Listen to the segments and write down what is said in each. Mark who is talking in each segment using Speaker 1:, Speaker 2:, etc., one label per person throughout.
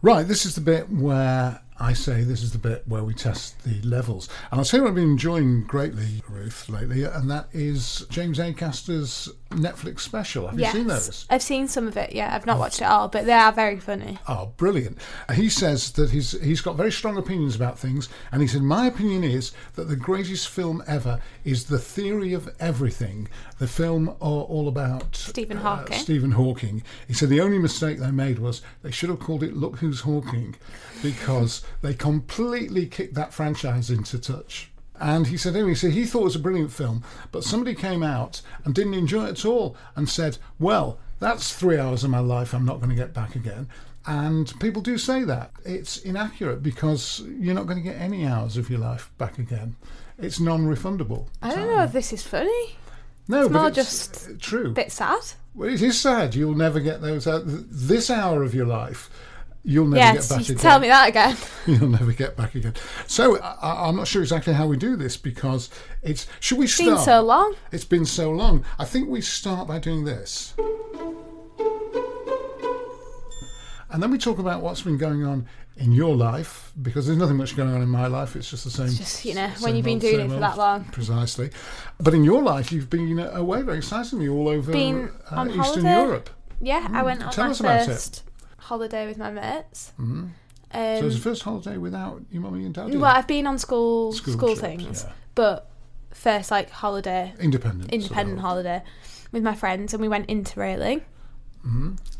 Speaker 1: Right, this is the bit where I say this is the bit where we test the levels. And I'll tell you what I've been enjoying greatly, Ruth, lately, and that is James Acaster's Netflix special. Have
Speaker 2: yes.
Speaker 1: you seen those?
Speaker 2: I've seen some of it, yeah. I've not watched it all, but they are very funny.
Speaker 1: Oh, brilliant. He says that he's, he's got very strong opinions about things, and he said, My opinion is that the greatest film ever is The Theory of Everything, the film a- all about
Speaker 2: Stephen
Speaker 1: uh,
Speaker 2: Hawking.
Speaker 1: Stephen Hawking. He said the only mistake they made was they should have called it Look Who's Hawking because they completely kicked that franchise into touch. And he said, anyway, so he thought it was a brilliant film, but somebody came out and didn't enjoy it at all and said, well, that's three hours of my life I'm not going to get back again. And people do say that. It's inaccurate because you're not going to get any hours of your life back again. It's non refundable.
Speaker 2: I don't know if this is funny.
Speaker 1: No,
Speaker 2: It's
Speaker 1: but
Speaker 2: more
Speaker 1: it's
Speaker 2: just
Speaker 1: uh, true.
Speaker 2: A bit sad.
Speaker 1: Well, it is sad. You'll never get those out. th- This hour of your life, you'll never
Speaker 2: yes,
Speaker 1: get
Speaker 2: you
Speaker 1: back again.
Speaker 2: tell me that again.
Speaker 1: You'll never get back again. So I, I'm not sure exactly how we do this because it's. Should we
Speaker 2: It's been
Speaker 1: start?
Speaker 2: so long.
Speaker 1: It's been so long. I think we start by doing this. And then we talk about what's been going on in your life because there's nothing much going on in my life. It's just the same.
Speaker 2: just, you know, when
Speaker 1: same
Speaker 2: you've been
Speaker 1: old,
Speaker 2: doing
Speaker 1: same
Speaker 2: it for
Speaker 1: old.
Speaker 2: that long.
Speaker 1: Precisely. But in your life, you've been away very excitingly all over
Speaker 2: Been
Speaker 1: uh,
Speaker 2: on
Speaker 1: Eastern
Speaker 2: holiday.
Speaker 1: Europe.
Speaker 2: Yeah, I went on
Speaker 1: Mm. Tell
Speaker 2: my
Speaker 1: us about it.
Speaker 2: first holiday with my mates. Mm-hmm. Um,
Speaker 1: so it was the first holiday without your mummy and daddy.
Speaker 2: well, I've been on school
Speaker 1: School
Speaker 2: school,
Speaker 1: trips,
Speaker 2: things,
Speaker 1: yeah.
Speaker 2: but first like holiday,
Speaker 1: Independent. sort of
Speaker 2: independent
Speaker 1: holiday.
Speaker 2: holiday with my friends, and we went interrailing.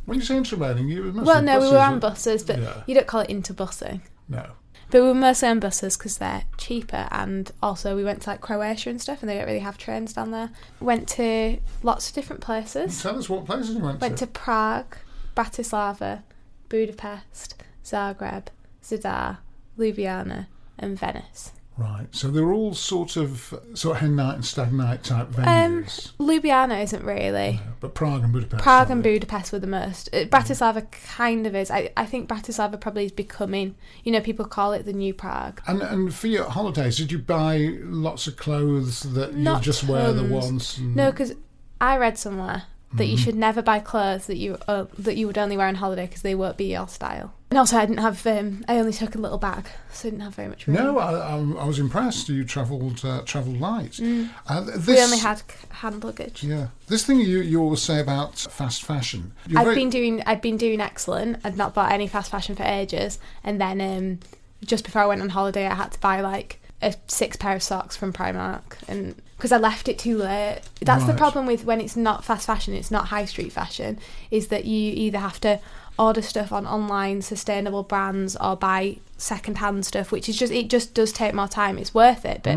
Speaker 1: When you say interrailing, you must
Speaker 2: Well,
Speaker 1: be
Speaker 2: no,
Speaker 1: buses,
Speaker 2: we were on
Speaker 1: uh,
Speaker 2: buses, but
Speaker 1: yeah.
Speaker 2: you don't call it interbusing.
Speaker 1: No.
Speaker 2: But we were mostly on buses because they're cheaper, and also we went to like Croatia and stuff, and they don't really have trains down there. Went to lots of different places.
Speaker 1: Tell us what places you went,
Speaker 2: Went to Prague, Bratislava, Budapest, Zagreb, Zadar, Ljubljana, and Venice.
Speaker 1: Right. So they were all sort of sort of hen night and stag night type
Speaker 2: Um,
Speaker 1: venues.
Speaker 2: Ljubljana isn't really.
Speaker 1: but Prague and Budapest.
Speaker 2: Prague
Speaker 1: are
Speaker 2: and
Speaker 1: they?
Speaker 2: Budapest were the most. Uh, Bratislava kind of is. I, I think Bratislava probably is becoming. You know, people call it the new Prague.
Speaker 1: And, and for your holidays, did you buy lots of clothes that you
Speaker 2: Not
Speaker 1: just wear the
Speaker 2: tons.
Speaker 1: once? And
Speaker 2: No, because I read somewhere that you should never buy clothes that you uh, that you would only wear on holiday because they won't be your style. And also, I didn't have. Um, I only took a little bag, so I didn't have very much room.
Speaker 1: No, I, I, I was impressed. You travelled uh, travelled light. Uh, th- this,
Speaker 2: Mm. we only had c- hand luggage.
Speaker 1: Yeah, this thing you, you always say about fast fashion. You're
Speaker 2: I've
Speaker 1: very-
Speaker 2: been doing. I've been doing excellent. I'd not bought any fast fashion for ages, and then um, just before I went on holiday, I had to buy like a six pair of socks from Primark, and because I left it too late. That's the
Speaker 1: Right.
Speaker 2: problem with when it's not fast fashion. It's not high street fashion. Is that you either have to order stuff on online sustainable brands or buy second hand stuff, which is just it just does take more time. It's worth it, but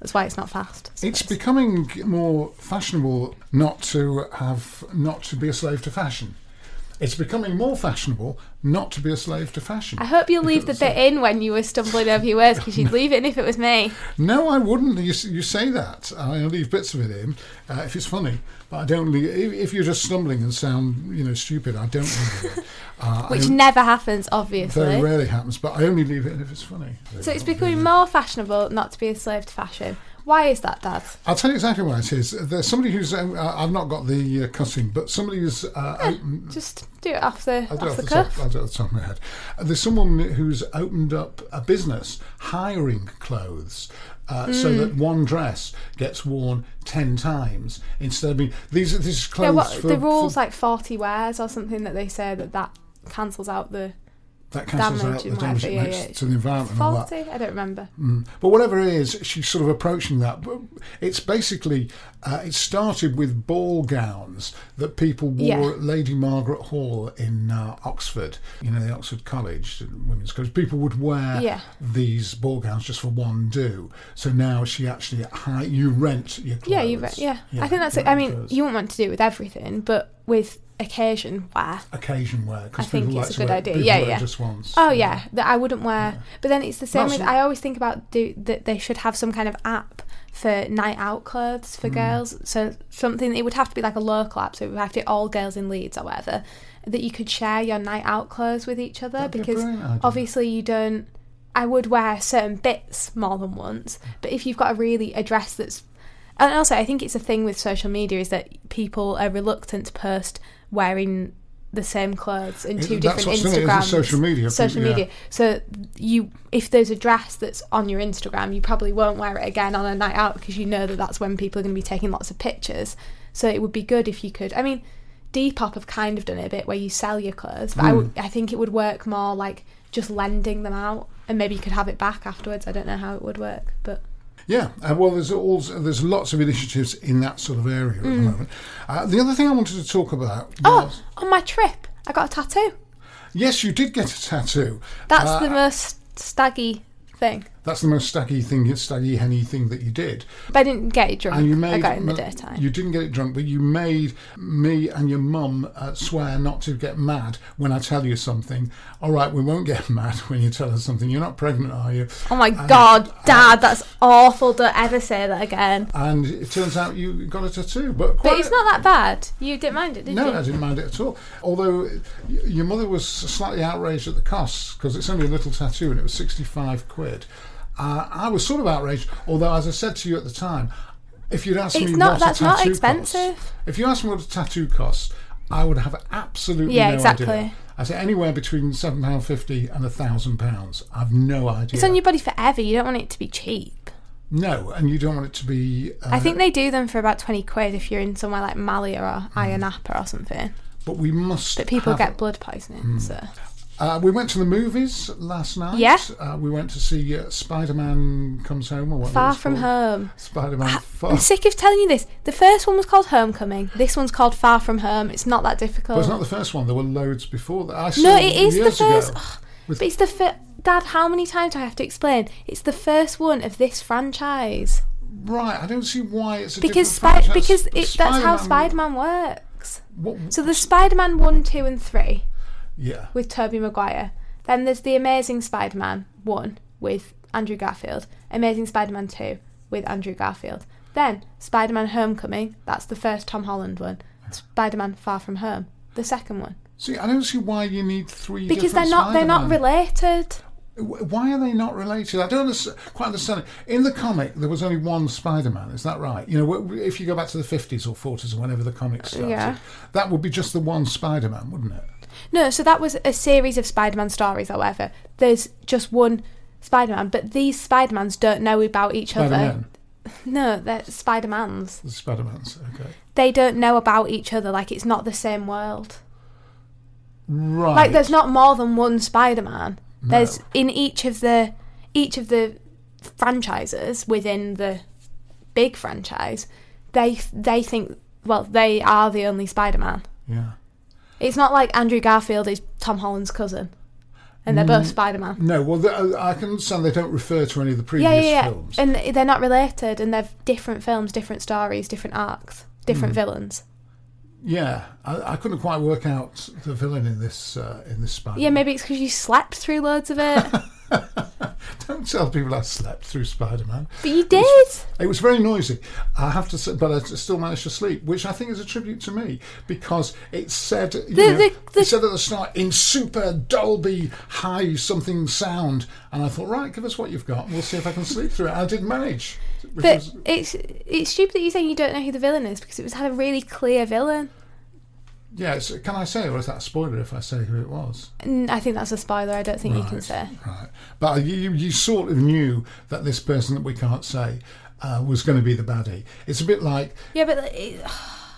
Speaker 2: that's why it's not fast. I
Speaker 1: Mm. It's
Speaker 2: suppose.
Speaker 1: becoming more fashionable not to have not to be a slave to fashion. It's becoming more fashionable not to be a slave to fashion.
Speaker 2: I hope you'll leave the
Speaker 1: Because-
Speaker 2: bit in when you were stumbling over your words because you'd leave it in if it was me.
Speaker 1: No, I wouldn't. You, s- you say that. I leave bits of it in uh, if it's funny, but I don't leave. If, if you're just stumbling and sound, you know, stupid, I don't leave it. in. Uh, I
Speaker 2: Which
Speaker 1: on-
Speaker 2: never happens, obviously.
Speaker 1: very rarely happens, but I only leave it in if it's funny.
Speaker 2: So it's becoming more fashionable not to be a slave to fashion. Why is that, Dad?
Speaker 1: I'll tell you exactly why it is. There's somebody who's um, I- I've not got the uh, cutting, but somebody who's uh, open-
Speaker 2: Just do it off the
Speaker 1: I do
Speaker 2: off the
Speaker 1: top,
Speaker 2: cuff.
Speaker 1: I do it off the top of my head. Uh, There's someone who's opened up a business hiring clothes. uh, so
Speaker 2: Hmm.
Speaker 1: that one dress gets worn ten times instead of being these. are- This is
Speaker 2: Yeah,
Speaker 1: clothes
Speaker 2: what,
Speaker 1: for,
Speaker 2: the
Speaker 1: for-
Speaker 2: rules like 40 wears or something that they say that that cancels out the
Speaker 1: that cancels
Speaker 2: damage
Speaker 1: out the
Speaker 2: and
Speaker 1: damage it
Speaker 2: whatever, yeah,
Speaker 1: makes
Speaker 2: yeah.
Speaker 1: to the environment and all that. Mm.
Speaker 2: 40. I don't remember.
Speaker 1: But whatever it is, she's sort of approaching that. But It's basically, uh, it started with ball gowns that people wore
Speaker 2: Yeah.
Speaker 1: at Lady Margaret Hall in uh, Oxford, you know, the Oxford College, the Women's College. People would wear
Speaker 2: Yeah.
Speaker 1: these ball gowns just for one do. So now she actually, hi- you rent your clothes.
Speaker 2: Yeah, you re- yeah. I think that's it. I
Speaker 1: rent
Speaker 2: mean,
Speaker 1: clothes.
Speaker 2: you wouldn't want to do it with everything, but with occasion wear.
Speaker 1: Occasion wear, because
Speaker 2: I think
Speaker 1: people like
Speaker 2: it's
Speaker 1: to
Speaker 2: a good
Speaker 1: wear,
Speaker 2: idea.
Speaker 1: people
Speaker 2: Yeah,
Speaker 1: wear it
Speaker 2: yeah.
Speaker 1: just once.
Speaker 2: Oh yeah, that I wouldn't wear. But then it's the same
Speaker 1: That's-
Speaker 2: with. I always think about do that they should have some kind of app for night out clothes
Speaker 1: Mm.
Speaker 2: for girls. So something it would have to be like a local app. So it would have to be all girls in Leeds or whatever that you could share your night out clothes with each other
Speaker 1: That'd be a
Speaker 2: because
Speaker 1: brilliant idea.
Speaker 2: obviously you don't. I would wear certain bits more than once,
Speaker 1: Mm.
Speaker 2: but if you've got a really a dress that's and also, I think it's a thing with social media is that people are reluctant to post wearing the same clothes in
Speaker 1: It-
Speaker 2: two
Speaker 1: that's
Speaker 2: different
Speaker 1: what's in it, isn't it?
Speaker 2: Instagrams.
Speaker 1: Social media,
Speaker 2: Social
Speaker 1: people- yeah.
Speaker 2: media. So you, if there's a dress that's on your Instagram, you probably won't wear it again on a night out because you know that that's when people are going to be taking lots of pictures. So it would be good if you could. I mean, Depop have kind of done it a bit where you sell your clothes,
Speaker 1: Hmm.
Speaker 2: but I would- I think it would work more like just lending them out, and maybe you could have it back afterwards. I don't know how it would work, but
Speaker 1: Yeah, uh, well, there's also, there's lots of initiatives in that sort of area at the moment. Uh, the other thing I wanted to talk about was
Speaker 2: Mm. oh, on my trip, I got a tattoo.
Speaker 1: yes, you did get a tattoo.
Speaker 2: That's
Speaker 1: Uh,
Speaker 2: the most staggy thing.
Speaker 1: that's the most staggy thing, staggy henny thing that you did.
Speaker 2: But I didn't get it drunk.
Speaker 1: And you made
Speaker 2: I got it in the
Speaker 1: m-
Speaker 2: daytime.
Speaker 1: You didn't get it drunk, but you made me and your mum uh, swear not to get mad when I tell you something. All right, we won't get mad when you tell us something. You're not pregnant, are you?
Speaker 2: oh my god, Dad, that's awful. Don't ever say that again.
Speaker 1: And it turns out you got a tattoo, but quite
Speaker 2: But it's not that bad. You didn't mind it, did
Speaker 1: No,
Speaker 2: you?
Speaker 1: I didn't mind it at all. Although y- your mother was slightly outraged at the costs because it's only a little tattoo and it was 65 quid. Uh, I was sort of outraged, although, as I said to you at the time, if you'd asked me
Speaker 2: It's not-
Speaker 1: what
Speaker 2: that's
Speaker 1: a
Speaker 2: not
Speaker 1: tattoo
Speaker 2: expensive.
Speaker 1: costs, if you asked me what a tattoo costs, I would have absolutely
Speaker 2: Yeah,
Speaker 1: no
Speaker 2: exactly.
Speaker 1: idea. I say anywhere between seven pound fifty and a thousand pounds. I've no idea.
Speaker 2: It's on your body forever. You don't want it to be cheap.
Speaker 1: no, and you don't want it to be. Uh,
Speaker 2: I think they do them for about 20 quid if you're in somewhere like Malia or Ayia Napa or something.
Speaker 1: but we must.
Speaker 2: But people
Speaker 1: Hmm. have Hmm.
Speaker 2: get blood poisoning, so.
Speaker 1: Uh, we went to the movies last night.
Speaker 2: Yeah.
Speaker 1: Uh, we went to see uh, Spider Man Comes Home or what
Speaker 2: Far from home. Ah,
Speaker 1: Spider Man Far.
Speaker 2: I'm sick of telling you this. The first one was called Homecoming. This one's called Far From Home. It's not that difficult.
Speaker 1: But it's not the first one. There were loads before that. I saw
Speaker 2: No, it is the
Speaker 1: years ago.
Speaker 2: first. Ugh, but it's the first. Dad, how many times do I have to explain? It's the first one of this franchise
Speaker 1: Right. I don't see why it's a
Speaker 2: because
Speaker 1: different franchise.
Speaker 2: Spi- because it, that's how
Speaker 1: Spider-Man-
Speaker 2: Spider-Man works.
Speaker 1: What,
Speaker 2: So there's Spider-Man one, two, and three
Speaker 1: yeah.
Speaker 2: with Tobey Maguire. Then there's the Amazing Spider-Man one with Andrew Garfield. Amazing Spider-Man two with Andrew Garfield. Then Spider-Man Homecoming. That's the first Tom Holland one. Spider-Man Far From Home. The second one
Speaker 1: See, I don't see why you need three.
Speaker 2: because they're
Speaker 1: different
Speaker 2: not they're not
Speaker 1: Spider-Man.
Speaker 2: related.
Speaker 1: W- Why are they not related? I don't understand, quite understand it. In the comic, there was only one Spider-Man. Is that right? You know, w- w- if you go back to the fifties or forties or whenever the comic started,
Speaker 2: Yeah.
Speaker 1: that would be just the one Spider-Man, wouldn't it?
Speaker 2: No, so that was a series of Spider Man stories, however. There's just one Spider Man, but these Spider Mans don't know about each
Speaker 1: Spider-Man.
Speaker 2: other. No, they're Spider Mans.
Speaker 1: The Spider-Man's okay.
Speaker 2: They don't know about each other, like it's not the same world.
Speaker 1: Right.
Speaker 2: Like there's not more than one Spider Man. There's in each of the each of the franchises within the big franchise, they they think well, they are the only Spider Man.
Speaker 1: Yeah.
Speaker 2: It's not like Andrew Garfield is Tom Holland's cousin. And they're
Speaker 1: Mm.
Speaker 2: both Spider Man.
Speaker 1: No, well, the, uh, I can understand they don't refer to any of the previous
Speaker 2: yeah, yeah, yeah.
Speaker 1: films.
Speaker 2: And they're not related, and they're different films, different stories, different arcs,
Speaker 1: Mm.
Speaker 2: different villains.
Speaker 1: Yeah, I, I couldn't quite work out the villain in this uh, in this Spider.
Speaker 2: Yeah, maybe it's because you slept through loads of it, but
Speaker 1: Don't tell people I slept through Spider-Man.
Speaker 2: you did.
Speaker 1: It was very noisy, I have to say, but I still managed to sleep, which I think is a tribute to me because it said, you know,
Speaker 2: the- the-
Speaker 1: it said at the start in super Dolby high something sound, and I thought, right, give us what you've got, and we'll see if I can sleep through it. I did manage. which
Speaker 2: But
Speaker 1: was-
Speaker 2: it's it's stupid that you're saying you don't know who the villain is because it was had a really clear villain.
Speaker 1: Yeah, it's, can I say, or is that a spoiler if I say who it was?
Speaker 2: Mm, I think that's a spoiler. I don't think you can
Speaker 1: Right,
Speaker 2: say.
Speaker 1: Right. But you, you- you sort of knew that this person that we can't say uh, was going to be the baddie. It's a bit like,
Speaker 2: Yeah, but like, it,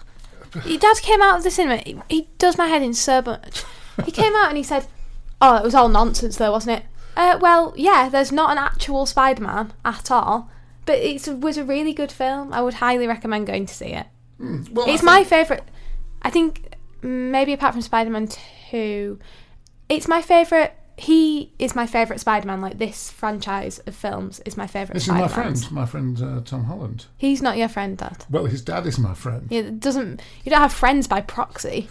Speaker 2: your dad came out of the cinema. He, he does my head in so much. He came out and he said, "Oh, it was all nonsense, though, wasn't it?" Uh, well, yeah. There's not an actual Spider-Man at all, but it was a really good film. I would highly recommend going to see it.
Speaker 1: Hmm, well, I
Speaker 2: It's
Speaker 1: think-
Speaker 2: my favourite. I think maybe apart from Spider Man 2, it's my favourite. He is my favourite Spider Man. Like, this franchise of films is my favourite
Speaker 1: This is my
Speaker 2: Spider
Speaker 1: friend, my friend uh, Tom Holland.
Speaker 2: He's not your friend, Dad.
Speaker 1: Well, his dad is my friend.
Speaker 2: Yeah, It doesn't. You don't have friends by proxy.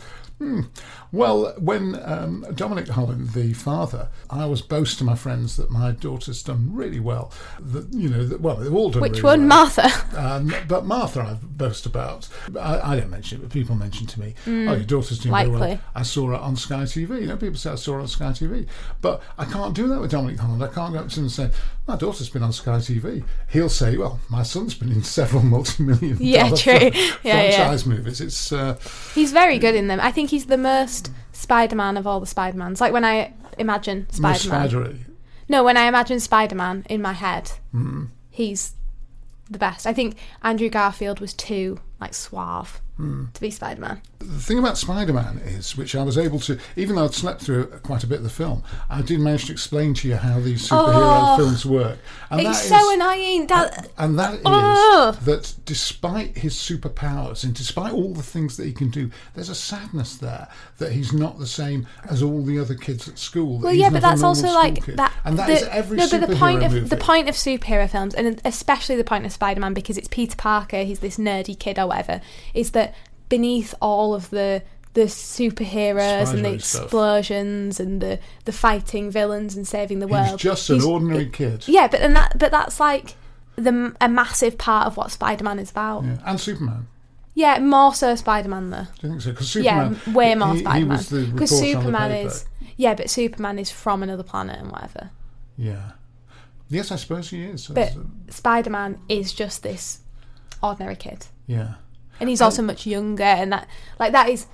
Speaker 1: Well, when um, Dominic Holland, the father, I always boast to my friends that my daughter's done really well. That you know, that, well, they've all done.
Speaker 2: Which
Speaker 1: really
Speaker 2: one,
Speaker 1: well.
Speaker 2: Martha?
Speaker 1: Um, but Martha, I boast about. I, I don't mention it, but people mention to me, "Oh, your daughter's doing very well."
Speaker 2: Mm, likely.
Speaker 1: I saw her on Sky TV. You know, people say I saw her on Sky TV, but I can't do that with Dominic Holland. I can't go up to him and say, "My daughter's been on Sky TV." He'll say, "Well, my son's been in several multi-million
Speaker 2: Yeah,
Speaker 1: dollar
Speaker 2: true.
Speaker 1: fran-
Speaker 2: Yeah, yeah.
Speaker 1: franchise movies." It's uh,
Speaker 2: He's very good in them. I think he's the most Spider Man of all the Spider Mans. Like, when I imagine
Speaker 1: most
Speaker 2: Spider Man.
Speaker 1: spidery.
Speaker 2: No, when I imagine Spider Man in my head,
Speaker 1: Mm-hmm.
Speaker 2: he's the best. I think Andrew Garfield was too like suave
Speaker 1: Hmm.
Speaker 2: to be Spider Man.
Speaker 1: The thing about Spider Man is, which I was able to, even though I'd slept through quite a bit of the film, I did manage to explain to you how these superhero
Speaker 2: Oh.
Speaker 1: films work. And
Speaker 2: It's
Speaker 1: that
Speaker 2: so
Speaker 1: is-
Speaker 2: annoying. That
Speaker 1: And that is
Speaker 2: Oh.
Speaker 1: that despite his superpowers and despite all the things that he can do, there's a sadness there that he's not the same as all the other kids at school. that
Speaker 2: well,
Speaker 1: he's
Speaker 2: yeah,
Speaker 1: not
Speaker 2: but
Speaker 1: a
Speaker 2: that's
Speaker 1: normal
Speaker 2: also
Speaker 1: school
Speaker 2: like
Speaker 1: kid.
Speaker 2: that.
Speaker 1: And that
Speaker 2: the-
Speaker 1: is every
Speaker 2: no, but the point
Speaker 1: superhero
Speaker 2: of
Speaker 1: movie.
Speaker 2: the point of superhero films, and especially the point of Spider Man, because it's Peter Parker. He's this nerdy kid or whatever. Is that beneath all of the the superheroes and the
Speaker 1: Spider-Man stuff.
Speaker 2: explosions and the the fighting villains and saving the world,
Speaker 1: he's just an
Speaker 2: he's-
Speaker 1: ordinary kid.
Speaker 2: Yeah, but and that but that's like the a massive part of what Spider-Man is about. Yeah,
Speaker 1: Yeah. And Superman.
Speaker 2: more so Spider-Man though.
Speaker 1: Do you think so? Because
Speaker 2: Yeah,
Speaker 1: Superman.
Speaker 2: m- way more
Speaker 1: he- He
Speaker 2: Spider-Man
Speaker 1: was the
Speaker 2: because
Speaker 1: report on the
Speaker 2: Superman
Speaker 1: paper.
Speaker 2: is yeah, but Superman is from another planet and whatever.
Speaker 1: Yeah. Yes, I suppose he is.
Speaker 2: But Spider-Man is just this ordinary kid,
Speaker 1: yeah.
Speaker 2: and he's also much younger, and that like that is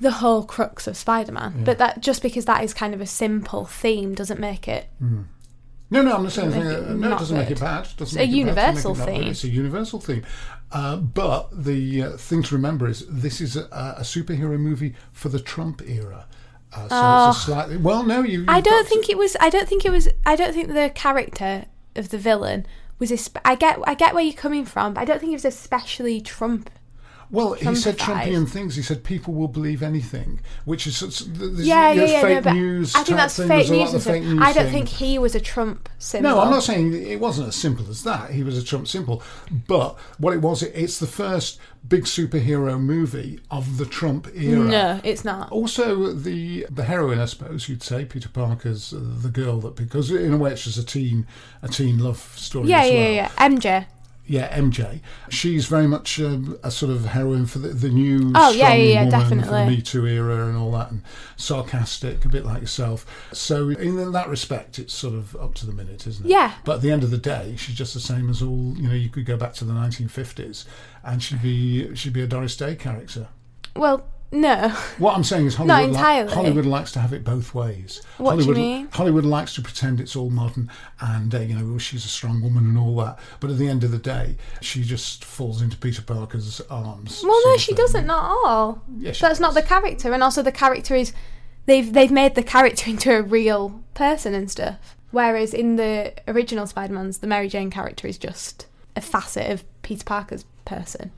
Speaker 2: the whole crux of Spider-Man. But that just because that is kind of a simple theme doesn't make it
Speaker 1: No, no, I'm not saying
Speaker 2: Doesn't
Speaker 1: anything. uh,
Speaker 2: make it
Speaker 1: No, it
Speaker 2: not
Speaker 1: doesn't make it
Speaker 2: good.
Speaker 1: bad. Doesn't
Speaker 2: a
Speaker 1: make it bad, doesn't make
Speaker 2: universal
Speaker 1: it not good.
Speaker 2: theme.
Speaker 1: It's a universal thing. Uh, but the uh, thing to remember is this is a, a superhero movie for the Trump era. Uh, so it's a slightly. Well, no, you.
Speaker 2: Ah. I
Speaker 1: you've
Speaker 2: don't
Speaker 1: got
Speaker 2: think
Speaker 1: to-
Speaker 2: it was. I don't think it was. I don't think the character of the villain was. Esp- I get. I get where you're coming from, but I don't think it was especially Trump.
Speaker 1: Well, he said
Speaker 2: Trumpified.
Speaker 1: Trumpian things. He said people will believe anything, which is such- th- this,
Speaker 2: Yeah,
Speaker 1: you know,
Speaker 2: yeah, yeah.
Speaker 1: fake
Speaker 2: no, but
Speaker 1: news.
Speaker 2: I think
Speaker 1: type
Speaker 2: that's
Speaker 1: thing.
Speaker 2: fake
Speaker 1: There's a lot
Speaker 2: news,
Speaker 1: of
Speaker 2: and stuff.
Speaker 1: fake news
Speaker 2: I don't
Speaker 1: thing.
Speaker 2: think he was a Trump symbol.
Speaker 1: No, I'm not saying it wasn't as simple as that. He was a Trump symbol, but what it was, it- it's the first big superhero movie of the Trump era.
Speaker 2: No, it's
Speaker 1: Oh,
Speaker 2: not.
Speaker 1: Also, the the heroine, I suppose you'd say, Peter Parker's uh, the girl that because in a way it's just a teen a teen love story.
Speaker 2: Yeah,
Speaker 1: as
Speaker 2: yeah,
Speaker 1: well.
Speaker 2: yeah. MJ.
Speaker 1: yeah. MJ. She's very much um, a sort of heroine for the, the new
Speaker 2: Oh,
Speaker 1: strong
Speaker 2: yeah, yeah, yeah,
Speaker 1: woman for the
Speaker 2: definitely.
Speaker 1: Me Too era and all that, and sarcastic, a bit like yourself. So in that respect, it's sort of up to the minute, isn't it?
Speaker 2: Yeah.
Speaker 1: But at the end of the day, she's just the same as all. You know, you could go back to the 1950s, and she'd be she'd be a Doris Day character.
Speaker 2: Well, no.
Speaker 1: What I'm saying is Hollywood,
Speaker 2: entirely.
Speaker 1: Hollywood likes to have it both ways.
Speaker 2: What do you
Speaker 1: Hollywood,
Speaker 2: mean?
Speaker 1: Hollywood likes to pretend it's all modern and, uh, you know, oh, she's a strong woman and all that. But at the end of the day, she just falls into Peter Parker's arms.
Speaker 2: Well,
Speaker 1: sort
Speaker 2: no,
Speaker 1: of
Speaker 2: she
Speaker 1: thing.
Speaker 2: doesn't. Not at all.
Speaker 1: Yeah, she
Speaker 2: That's not
Speaker 1: does.
Speaker 2: the character, and also the character is they've they've made the character into a real person and stuff. Whereas in the original Spider-Man's, the Mary Jane character is just a facet of Peter Parker's person.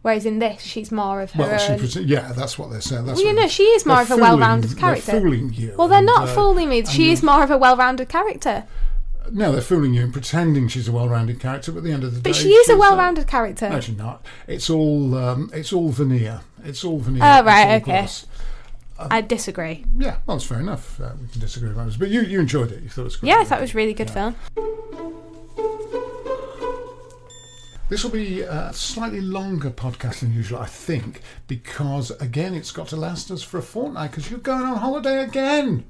Speaker 2: Whereas in this, she's more of her
Speaker 1: Well, she
Speaker 2: own.
Speaker 1: prete- yeah, that's what they're saying. That's
Speaker 2: well, you
Speaker 1: what-
Speaker 2: know, she is
Speaker 1: they're
Speaker 2: more of a
Speaker 1: fooling-
Speaker 2: well-rounded
Speaker 1: they're
Speaker 2: character.
Speaker 1: fooling you.
Speaker 2: Well, they're
Speaker 1: and,
Speaker 2: not
Speaker 1: uh,
Speaker 2: fooling me. She is more of a well-rounded character,
Speaker 1: No, they're fooling you and pretending she's a well-rounded character. But at the end of the day,
Speaker 2: but she is
Speaker 1: she's uh,
Speaker 2: a well-rounded character.
Speaker 1: No, she's not. It's all um, it's all veneer. It's all veneer.
Speaker 2: Oh,
Speaker 1: It's
Speaker 2: right,
Speaker 1: all
Speaker 2: okay.
Speaker 1: gloss.
Speaker 2: I disagree.
Speaker 1: Yeah, well, it's fair enough. Uh, we can disagree about this, but you, you enjoyed it. You thought it was great.
Speaker 2: Yeah, I thought it was a really good film.
Speaker 1: This will be a slightly longer podcast than usual, I think, because again, it's got to last us for a fortnight because you're going on holiday again.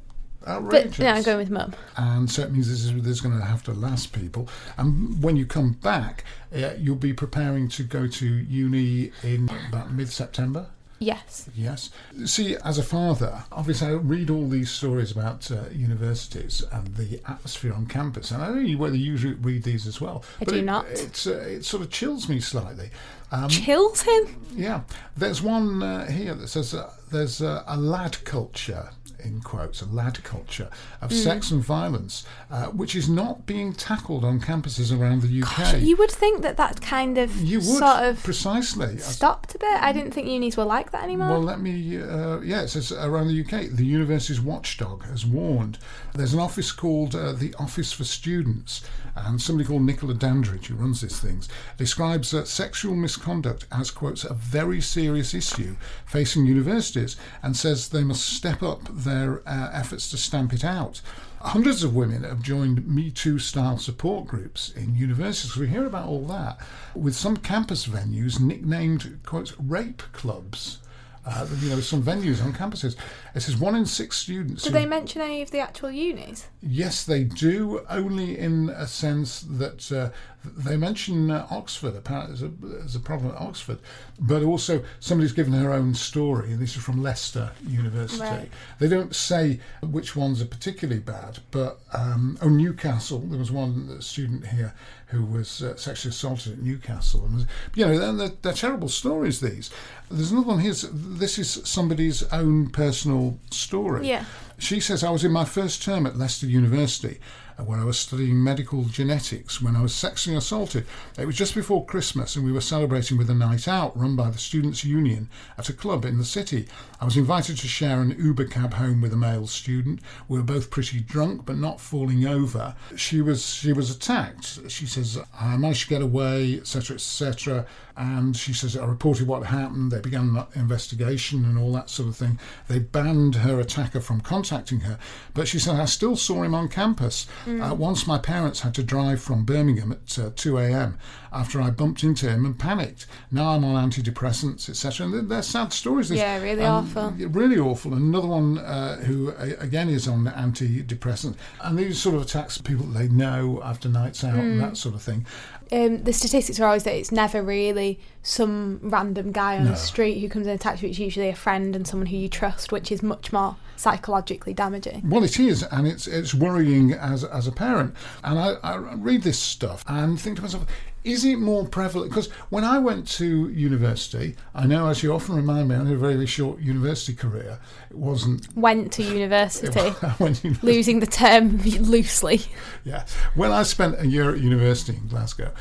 Speaker 1: Outrageous.
Speaker 2: But no, I'm going with Mum.
Speaker 1: and so it means this is, this is going to have to last people. And when you come back, uh, you'll be preparing to go to uni in about mid September.
Speaker 2: Yes.
Speaker 1: Yes. See, as a father, obviously, I read all these stories about uh, universities and the atmosphere on campus, and I don't know whether you re- read these as well.
Speaker 2: I do
Speaker 1: it,
Speaker 2: not.
Speaker 1: It's, uh, it sort of chills me slightly. Um,
Speaker 2: Chills him.
Speaker 1: yeah, there's one uh, here that says uh, there's uh, a lad culture. In quotes, a lad culture of
Speaker 2: Mm.
Speaker 1: sex and violence, uh, which is not being tackled on campuses around the UK.
Speaker 2: You would think that that kind of
Speaker 1: You would
Speaker 2: sort of
Speaker 1: precisely.
Speaker 2: stopped a bit. I didn't think unis were like that anymore.
Speaker 1: Well, let me. Uh, yeah, it says around the UK, the university's watchdog has warned. There's an office called uh, the Office for Students, and somebody called Nicola Dandridge, who runs these things, describes uh, sexual misconduct as quotes a very serious issue facing universities, and says they must step up their uh, efforts to stamp it out. Hundreds of women have joined Me Too style support groups in universities. We hear about all that, with some campus venues nicknamed, quotes, rape clubs. Uh, you know, some venues on campuses. It says one in six students.
Speaker 2: Did
Speaker 1: who-
Speaker 2: they mention any of the actual unis?
Speaker 1: yes, they do, only in a sense that uh, they mention uh, Oxford, apparently, there's a, there's a problem at Oxford, but also somebody's given her own story, and this is from Leicester University.
Speaker 2: Right.
Speaker 1: They don't say which ones are particularly bad, but um, oh, Newcastle. There was one student here who was uh, sexually assaulted at Newcastle, and you know they're, they're, they're terrible stories. These. There's another one here. s- This is somebody's own personal story.
Speaker 2: Yeah.
Speaker 1: She says I was in my first term at Leicester University. uh, Where I was studying medical genetics when I was sexually assaulted. It was just before Christmas and we were celebrating with a night out run by the Students' Union at a club in the city. I was invited to share an Uber cab home with a male student. We were both pretty drunk, but not falling over. She was she was attacked. She says I managed to get away, etc., etc. And she says I reported what happened. They began an investigation and all that sort of thing. They banned her attacker from contacting her, but she said I still saw him on campus.
Speaker 2: Hmm.
Speaker 1: Uh, once my parents had to drive from Birmingham at uh, 2 a.m. after I bumped into him and panicked. Now I'm on antidepressants, etc. And they're, they're sad stories. There's- um,
Speaker 2: Yeah, really awful.
Speaker 1: yeah, really awful. Another one uh, who a- again is on antidepressants, and these sort of attacks people that they know after nights out and that sort of thing.
Speaker 2: Um, the statistics are always that it's never really some random guy on
Speaker 1: No.
Speaker 2: the street who comes and attacks you. It's usually a friend and someone who you trust, which is much more psychologically damaging.
Speaker 1: Well, it is, and it's it's worrying as as a parent. And I, I read this stuff and think to myself, is it more prevalent? Because when I went to university, I know as you often remind me, I had a very short university career. It wasn't.
Speaker 2: Went to university,
Speaker 1: I went to university.
Speaker 2: losing the term loosely.
Speaker 1: Yeah. When I spent a year at university in Glasgow,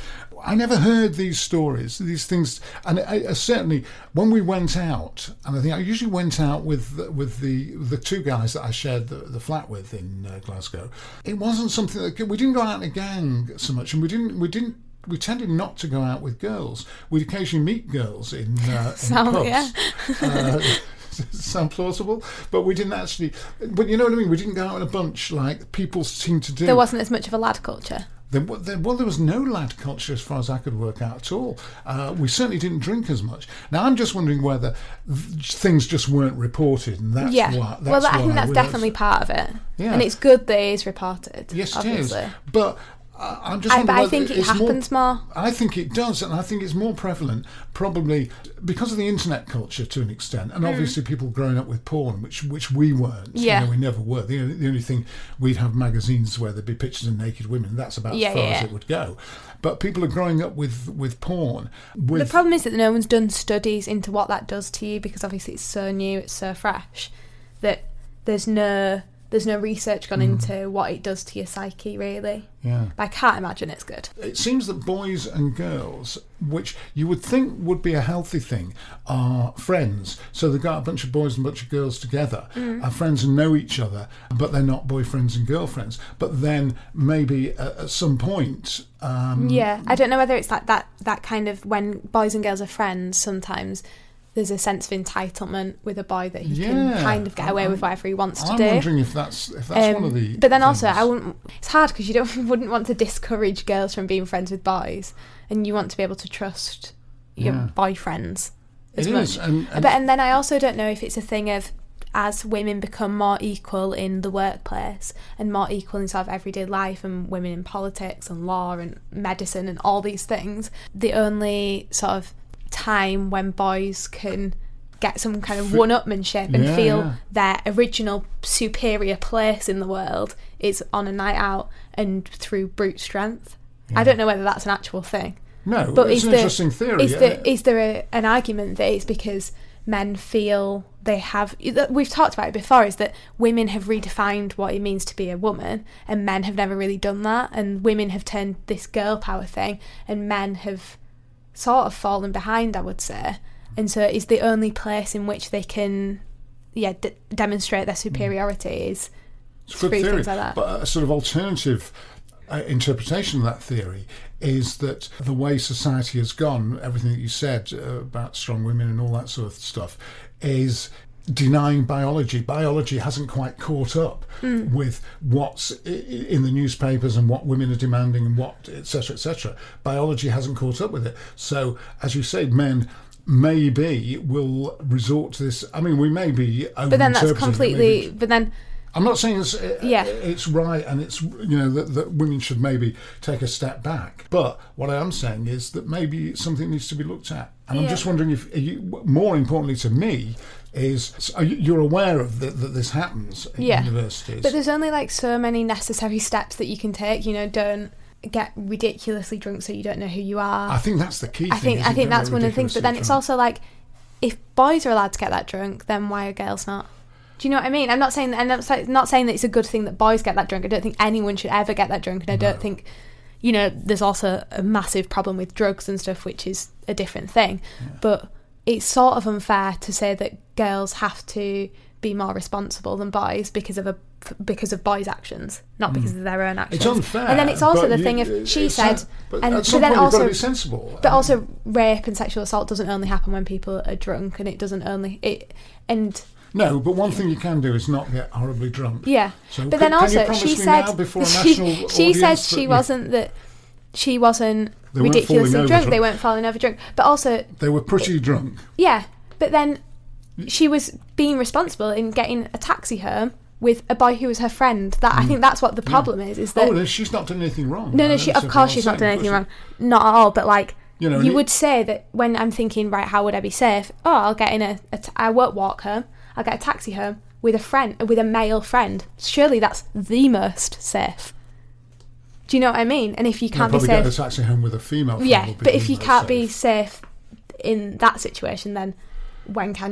Speaker 1: I never heard these stories, these things. And I, I certainly, when we went out, and I think I usually went out with the- with the the two guys that I shared the, the flat with in uh, Glasgow. It wasn't something that we didn't go out in a gang so much, and we didn't we didn't. We tended not to go out with girls. We'd occasionally meet girls in, uh, in
Speaker 2: Sound-
Speaker 1: pubs.
Speaker 2: yeah.
Speaker 1: Uh, sound plausible, but we didn't actually. But you know what I mean. We didn't go out in a bunch like people seem to do.
Speaker 2: There wasn't as much of a lad culture.
Speaker 1: There, wa- there, well, there was no lad culture as far as I could work out at all. Uh, we certainly didn't drink as much. Now I'm just wondering whether th- things just weren't reported, and that's
Speaker 2: yeah.
Speaker 1: why. That's
Speaker 2: well, I
Speaker 1: why
Speaker 2: think that's
Speaker 1: we-
Speaker 2: definitely part of it.
Speaker 1: Yeah.
Speaker 2: And it's good that it is reported.
Speaker 1: yes, it is.
Speaker 2: obviously.
Speaker 1: But I, I'm just.
Speaker 2: I-
Speaker 1: wondering
Speaker 2: but I
Speaker 1: whether
Speaker 2: think it
Speaker 1: it's more-
Speaker 2: happens more.
Speaker 1: I think it does, and I think it's more prevalent probably because of the internet culture to an extent, and obviously people growing up with porn, which which we weren't. you
Speaker 2: Hmm. Yeah.
Speaker 1: know, we never were. The only, the only thing we'd have magazines where there'd be pictures of naked women. That's about
Speaker 2: Yeah,
Speaker 1: as far
Speaker 2: yeah,
Speaker 1: as
Speaker 2: yeah.
Speaker 1: it would go. But people are growing up with with porn. With
Speaker 2: The problem is that no one's done studies into what that does to you because obviously it's so new, it's so fresh that there's no there's no research gone into what it does to your psyche really.
Speaker 1: Hmm. Yeah. Hmm.
Speaker 2: But I can't imagine it's good.
Speaker 1: it seems that boys and girls, which you would think would be a healthy thing, are friends. So they've got a bunch of boys and a bunch of girls together,
Speaker 2: Mm.
Speaker 1: are friends and know each other, but they're not boyfriends and girlfriends. But then maybe at, at some point, um,
Speaker 2: Yeah, I don't know whether it's like that that kind of when boys and girls are friends sometimes there's a sense of entitlement with a boy that he
Speaker 1: Yeah.
Speaker 2: can kind of get away
Speaker 1: I'm-
Speaker 2: with whatever he wants to
Speaker 1: I'm
Speaker 2: do.
Speaker 1: wondering if that's if that's one
Speaker 2: Um,
Speaker 1: of the.
Speaker 2: but then also,
Speaker 1: things.
Speaker 2: I wouldn't. It's hard because you don't wouldn't want to discourage girls from being friends with boys, and you want to be able to trust your
Speaker 1: Yeah.
Speaker 2: boyfriends. As
Speaker 1: It
Speaker 2: much.
Speaker 1: is, and- and-
Speaker 2: but and then I also don't know if it's a thing of as women become more equal in the workplace and more equal in sort of everyday life and women in politics and law and medicine and all these things, the only sort of time when boys can get some kind of one-upmanship and
Speaker 1: Yeah,
Speaker 2: feel
Speaker 1: yeah.
Speaker 2: their original superior place in the world is on a night out and through brute strength. I don't know whether that's an actual thing.
Speaker 1: No,
Speaker 2: But
Speaker 1: it's
Speaker 2: is
Speaker 1: an
Speaker 2: there,
Speaker 1: interesting theory.
Speaker 2: Is
Speaker 1: isn't
Speaker 2: there,
Speaker 1: it?
Speaker 2: is there a, uh, an argument that it's because men feel they have? that We've talked about it before. Is that women have redefined what it means to be a woman, and men have never really done that, and women have turned this girl power thing, and men have sort of fallen behind. I would say, and so is the only place in which they can, yeah, d- demonstrate
Speaker 1: Hmm.
Speaker 2: their superiority is
Speaker 1: It's a
Speaker 2: Three
Speaker 1: good theory.
Speaker 2: things like that.
Speaker 1: But a sort of alternative uh, interpretation of that theory is that the way society has gone, everything that you said uh, about strong women and all that sort of stuff, is denying biology. Biology hasn't quite caught up
Speaker 2: Hmm.
Speaker 1: with what's i- i- in the newspapers and what women are demanding and what etc etc. Biology hasn't caught up with it. So as you say, men. Maybe will resort to this. I mean, we may be.
Speaker 2: but then that's completely. But then
Speaker 1: I'm not saying it's uh,
Speaker 2: Yeah.
Speaker 1: it's right and it's you know that, that women should maybe take a step back. But what I am saying is that maybe something needs to be looked at. And I'm
Speaker 2: Yeah.
Speaker 1: just wondering if you, more importantly to me is so you- you're aware of that, that this happens in
Speaker 2: Yeah.
Speaker 1: universities.
Speaker 2: But there's only like so many necessary steps that you can take. You know, don't get ridiculously drunk so you don't know who you are.
Speaker 1: I think that's the key.
Speaker 2: I
Speaker 1: thing,
Speaker 2: think I
Speaker 1: isn't
Speaker 2: think
Speaker 1: it?
Speaker 2: that's
Speaker 1: They're
Speaker 2: one of the things. But then it's
Speaker 1: ridiculously
Speaker 2: also like, if boys are allowed to get that drunk, then why are girls not? Do you know what I mean? I'm not saying, and I'm sa- not saying that it's a good thing that boys get that drunk. I don't think anyone should ever get that drunk, and I don't think, you know, there's also a massive problem with drugs and stuff, which is a different thing. But it's sort of unfair to say that girls have to be more responsible than boys because of a because of boys' actions, not because of their own actions.
Speaker 1: Hmm. It's unfair.
Speaker 2: And then it's also
Speaker 1: but
Speaker 2: the
Speaker 1: you-
Speaker 2: thing of she
Speaker 1: it's
Speaker 2: said,
Speaker 1: not- but
Speaker 2: and
Speaker 1: at some
Speaker 2: but then
Speaker 1: point you've got
Speaker 2: also
Speaker 1: to be sensible.
Speaker 2: but
Speaker 1: I mean,
Speaker 2: also rape and sexual assault doesn't only happen when people are drunk and it doesn't only it and
Speaker 1: no. But one thing you can do is not get horribly drunk.
Speaker 2: yeah
Speaker 1: So can-
Speaker 2: but then
Speaker 1: can you
Speaker 2: also
Speaker 1: promise
Speaker 2: she
Speaker 1: me
Speaker 2: said
Speaker 1: now before a
Speaker 2: she,
Speaker 1: national
Speaker 2: she
Speaker 1: audience
Speaker 2: said
Speaker 1: that
Speaker 2: she
Speaker 1: you-
Speaker 2: wasn't that she wasn't
Speaker 1: They weren't
Speaker 2: ridiculously
Speaker 1: falling over
Speaker 2: drunk. they
Speaker 1: drunk.
Speaker 2: weren't falling over drunk but also
Speaker 1: They were pretty drunk.
Speaker 2: yeah but then she was being responsible in getting a taxi home with a boy who was her friend that I think that's what the problem is is that
Speaker 1: Mm. Oh, no, she's not done anything wrong.
Speaker 2: No,
Speaker 1: I
Speaker 2: no,
Speaker 1: don't
Speaker 2: she,
Speaker 1: see
Speaker 2: of
Speaker 1: what
Speaker 2: course
Speaker 1: I'm
Speaker 2: she's
Speaker 1: saying,
Speaker 2: not done
Speaker 1: of
Speaker 2: anything
Speaker 1: course
Speaker 2: wrong. Not at all, but like,
Speaker 1: You
Speaker 2: you,
Speaker 1: know, and it-
Speaker 2: would say that when I'm thinking, right, how would I be safe? Oh, I'll get in a, a t- I won't walk home. I'll get a taxi home with a friend, with a male friend. Surely that's the most safe. Do you know what I mean? And if you can't be
Speaker 1: probably
Speaker 2: safe,
Speaker 1: get a taxi home with a female. friend
Speaker 2: yeah,
Speaker 1: would be
Speaker 2: but if you
Speaker 1: more
Speaker 2: can't be
Speaker 1: safe.
Speaker 2: safe in that situation, then when can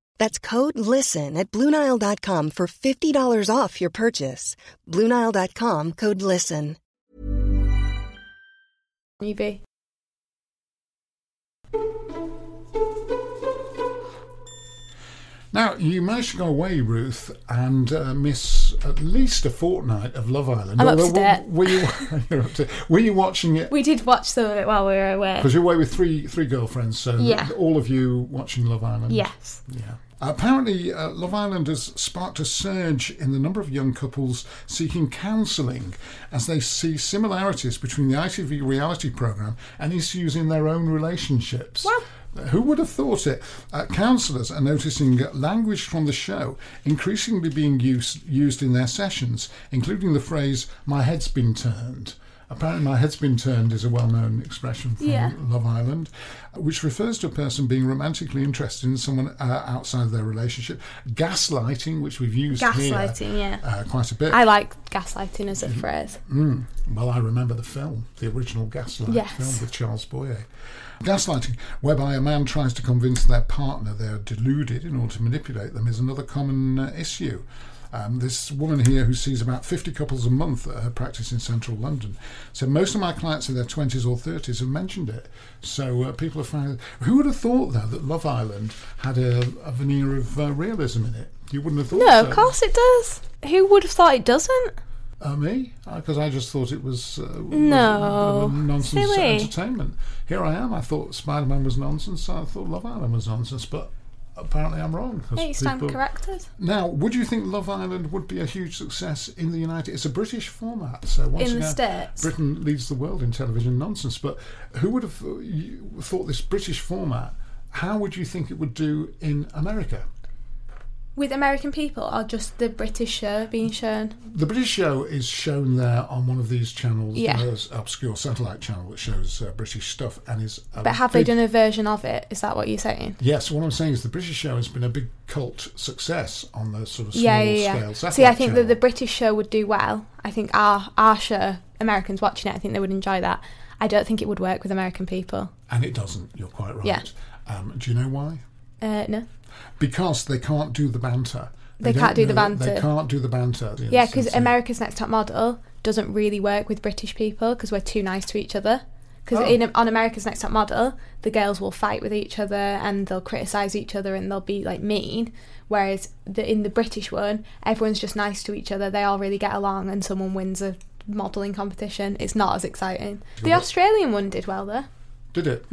Speaker 3: That's code LISTEN at Bluenile.com for $50 off your purchase. Bluenile.com code LISTEN.
Speaker 2: you be?
Speaker 1: Now, you managed to go away, Ruth, and uh, miss at least a fortnight of Love Island.
Speaker 2: I'm up to
Speaker 1: Although,
Speaker 2: date.
Speaker 1: Were, were you, you're up to, were you watching it?
Speaker 2: We did watch some of it while we were away.
Speaker 1: Because you're away with three three girlfriends, so
Speaker 2: Yeah.
Speaker 1: all of you watching Love Island.
Speaker 2: Yes.
Speaker 1: Yeah. Apparently, uh, Love Island has sparked a surge in the number of young couples seeking counselling as they see similarities between the ITV reality programme and issues in their own relationships.
Speaker 2: Wow.
Speaker 1: Who would have thought it? Uh, counsellors are noticing that language from the show increasingly being used, used in their sessions, including the phrase, my head's been turned. Apparently, my head's been turned is a well known expression from
Speaker 2: Yeah.
Speaker 1: Love Island, which refers to a person being romantically interested in someone uh, outside their relationship. Gaslighting, which we've used here,
Speaker 2: Gaslighting, yeah.
Speaker 1: uh, quite a bit.
Speaker 2: I like gaslighting as a phrase.
Speaker 1: Hmm. Well, I remember the film, the original Gaslight
Speaker 2: Yes.
Speaker 1: film with Charles Boyer. Gaslighting, whereby a man tries to convince their partner they are deluded in order to manipulate them, is another common uh, issue. Um, this woman here, who sees about 50 couples a month at her practice in central London, said most of my clients in their 20s or 30s have mentioned it. So uh, people are finding. Who would have thought, though, that Love Island had a, a veneer of uh, realism in it? You wouldn't have thought
Speaker 2: No,
Speaker 1: so.
Speaker 2: of course it does. Who would have thought it doesn't?
Speaker 1: Uh, me? Because I just thought it was uh, was
Speaker 2: No.
Speaker 1: nonsense
Speaker 2: Silly.
Speaker 1: entertainment. Here I am. I thought Spider Man was nonsense. I thought Love Island was nonsense, but apparently I'm wrong. 'cause
Speaker 2: Yeah, you stand
Speaker 1: people-
Speaker 2: corrected.
Speaker 1: Now, would you think Love Island would be a huge success in the United? It's a British format, so once
Speaker 2: In the
Speaker 1: again,
Speaker 2: States.
Speaker 1: Britain leads the world in television nonsense. But who would have uh, you- thought this British format? How would you think it would do in America?
Speaker 2: With American people or just the British show being shown?
Speaker 1: The British show is shown there on one of these channels,
Speaker 2: Yeah.
Speaker 1: uh, s- obscure satellite channel that shows uh, British stuff, and is. a
Speaker 2: But have they
Speaker 1: big-
Speaker 2: done a version of it? Is that what you're saying?
Speaker 1: Yes, what I'm saying is the British show has been a big cult success on the sort of small
Speaker 2: yeah, yeah,
Speaker 1: scale
Speaker 2: yeah.
Speaker 1: satellite
Speaker 2: See, I think
Speaker 1: channel.
Speaker 2: that the British show would do well. I think our our show, Americans watching it, I think they would enjoy that. I don't think it would work with American people.
Speaker 1: and it doesn't. You're quite right.
Speaker 2: Yeah.
Speaker 1: Um, do you know why?
Speaker 2: Uh, no.
Speaker 1: Because they can't do the banter.
Speaker 2: They
Speaker 1: don't
Speaker 2: can't do the
Speaker 1: know- They
Speaker 2: banter.
Speaker 1: can't do the banter.
Speaker 2: Yeah, because
Speaker 1: It's-
Speaker 2: America's Next Top Model doesn't really work with British people because we're too nice to each other.
Speaker 1: Oh.
Speaker 2: Because in on America's Next Top Model, the girls will fight with each other and they'll criticize each other and they'll be like mean. Whereas the, in the British one, everyone's just nice to each other. They all really get along, and someone wins a modeling competition. It's not as exciting. The Australian one did well though.
Speaker 1: Did it?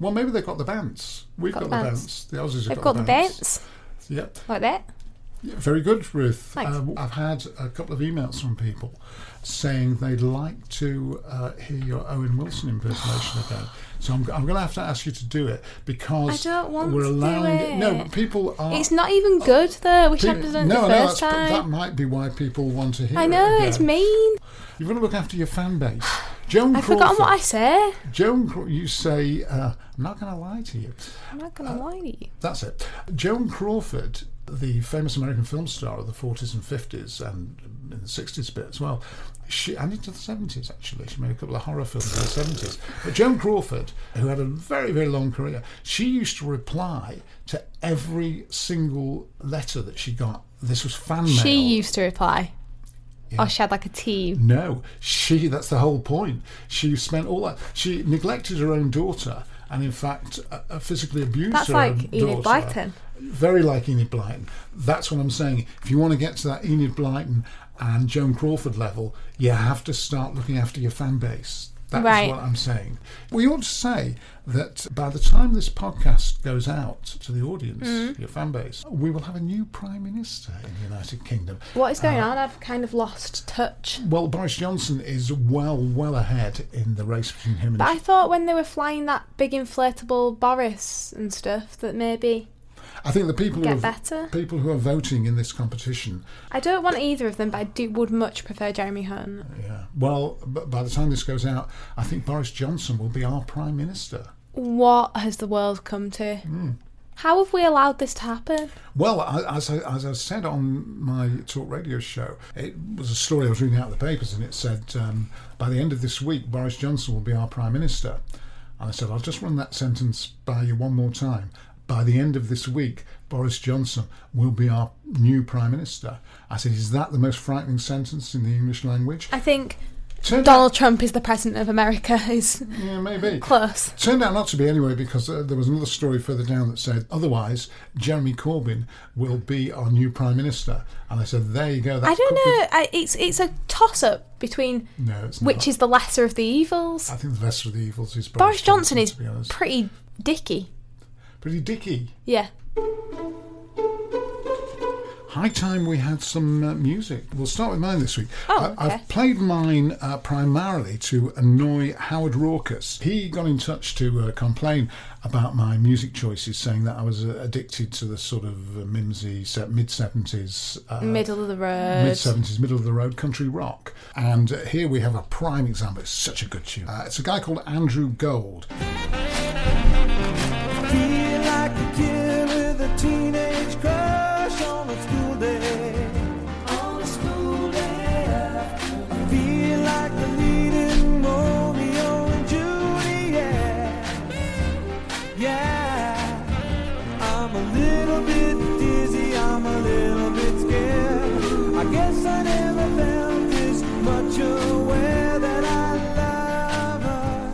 Speaker 1: Well, maybe they've got the bants. We've got,
Speaker 2: Hmm? Got
Speaker 1: the bants.
Speaker 2: bants.
Speaker 1: The Aussies have
Speaker 2: They've got the bents
Speaker 1: Yep.
Speaker 2: like that.
Speaker 1: Very good, Ruth.
Speaker 2: Thanks.
Speaker 1: Um, I've had a couple of emails from people saying they'd like to uh, hear your Owen Wilson impersonation again. So I'm, I'm going to have to ask you to do it because
Speaker 2: I don't want
Speaker 1: we're
Speaker 2: to do
Speaker 1: allowing No,
Speaker 2: it.
Speaker 1: people are.
Speaker 2: It's not even good though. Wish I'd
Speaker 1: pe-
Speaker 2: done it
Speaker 1: Oh. no,
Speaker 2: the
Speaker 1: no,
Speaker 2: first
Speaker 1: that's- but that
Speaker 2: time.
Speaker 1: might be why people want to hear.
Speaker 2: I
Speaker 1: it
Speaker 2: know
Speaker 1: again.
Speaker 2: it's mean.
Speaker 1: You've got to look after your fan base. Joan
Speaker 2: I've forgotten what I
Speaker 1: Crawford.
Speaker 2: say.
Speaker 1: Joan, Craw- you say uh, I'm not going to lie to you.
Speaker 2: I'm not gonna lie to you.
Speaker 1: That's it. Joan Crawford, the famous American film star of the 40s and 50s and in the 60s a bit as well, she and into the 70s actually. She made a couple of horror films in the 70s. But Joan Crawford, who had a very, very long career, she used to reply to every single letter that she got. This was fan mail.
Speaker 2: She used to reply. Or she had like a team.
Speaker 1: No, she. That's the whole point. She spent all that. She neglected her own daughter, and in fact, uh, uh, physically abused
Speaker 2: That's
Speaker 1: her
Speaker 2: like
Speaker 1: own
Speaker 2: Enid
Speaker 1: daughter.
Speaker 2: Blyton.
Speaker 1: Very like Enid Blyton. That's what I'm saying. If you want to get to that Enid Blyton and Joan Crawford level, you have to start looking after your fan base. That's
Speaker 2: Right.
Speaker 1: what I'm saying. We ought to say that by the time this podcast goes out to the audience,
Speaker 2: Mm-hmm.
Speaker 1: your fan base, we will have a new prime minister in the United Kingdom.
Speaker 2: What is going on? I've kind of lost touch.
Speaker 1: Well, Boris Johnson is well, well ahead in the race between him and.
Speaker 2: But I thought when they were flying that big inflatable Boris and stuff that maybe
Speaker 1: I think the people who
Speaker 2: Get
Speaker 1: are,
Speaker 2: better.
Speaker 1: people who are voting in this competition.
Speaker 2: I don't want either of them, but I do would much prefer Jeremy Hunt.
Speaker 1: Yeah. Well, b- by the time this goes out, I think Boris Johnson will be our prime minister.
Speaker 2: What has the world come to? How have we allowed this to happen?
Speaker 1: Well, I, as, I, as I said on my talk radio show, it was a story I was reading out of the papers, and it said um, by the end of this week, Boris Johnson will be our prime minister. And I said, I'll just run that sentence by you one more time. By the end of this week, Boris Johnson will be our new prime minister. I said, is that the most frightening sentence in the English language?
Speaker 2: I think
Speaker 1: Turned
Speaker 2: Donald Trump is the president of America is
Speaker 1: out, yeah, maybe.
Speaker 2: close.
Speaker 1: Turned out not to be anyway, because uh, there was another story further down that said otherwise Jeremy Corbyn will be our new prime minister, and I said there you go. That
Speaker 2: I don't
Speaker 1: could be-
Speaker 2: know. I, it's it's a toss up between
Speaker 1: No, it's not.
Speaker 2: which is the lesser of the evils.
Speaker 1: I think the lesser of the evils is
Speaker 2: Boris Johnson is
Speaker 1: to be honest.
Speaker 2: pretty dicky.
Speaker 1: pretty dicky.
Speaker 2: Yeah.
Speaker 1: High time we had some uh, music. We'll start with mine this week.
Speaker 2: Oh,
Speaker 1: I-
Speaker 2: okay.
Speaker 1: I've played mine uh, primarily to annoy Howard Raucus. He got in touch to uh, complain about my music choices, saying that I was uh, addicted to the sort of uh, mimsy mid 70s. Uh,
Speaker 2: Middle of the road.
Speaker 1: Mid 70s, middle of the road country rock. And uh, here we have a prime example. It's such a good tune. Uh, it's a guy called Andrew Gold.
Speaker 4: Feel like a kid with a teenage crush on a school day. On a school day. I feel like the lead in Romeo and Juliet. Yeah. I'm a little bit dizzy, I'm a little bit scared. I guess I never felt this much aware that I love her.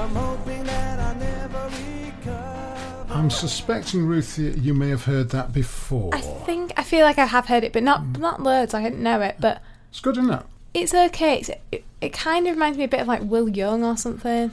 Speaker 4: I'm hoping that I never recover.
Speaker 1: I'm suspecting, Ruth, you you may have heard that before.
Speaker 2: I think I feel like I have heard it, but
Speaker 1: Mm.
Speaker 2: not not loads. I didn't know it, but
Speaker 1: It's good, isn't it?
Speaker 2: it's okay. It's, it, it kind of reminds me a bit of like Will Young or something.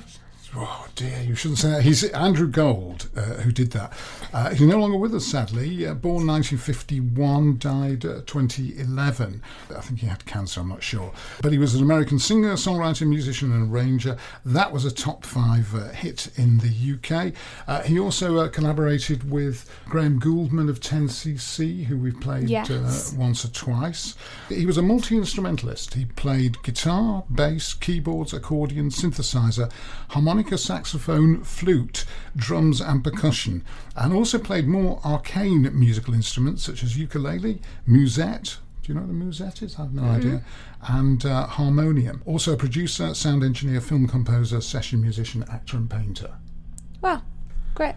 Speaker 1: Oh dear, you shouldn't say that. He's Andrew Gold uh, who did that. Uh, he's no longer with us, sadly. Uh, born 1951, died uh, 2011. I think he had cancer, I'm not sure. But he was an American singer, songwriter, musician, and arranger. That was a top five uh, hit in the UK. Uh, he also uh, collaborated with Graham Gouldman of 10cc, who we've played
Speaker 2: Yes.
Speaker 1: uh, once or twice. He was a multi instrumentalist. He played guitar, bass, keyboards, accordion, synthesizer, harmonica, saxophone, flute, drums, and percussion, and also played more arcane musical instruments such as ukulele, musette. Do you know what a musette is? I have no
Speaker 2: Mm-hmm.
Speaker 1: idea. And uh, harmonium. Also a producer, sound engineer, film composer, session musician, actor, and painter.
Speaker 2: Wow, great.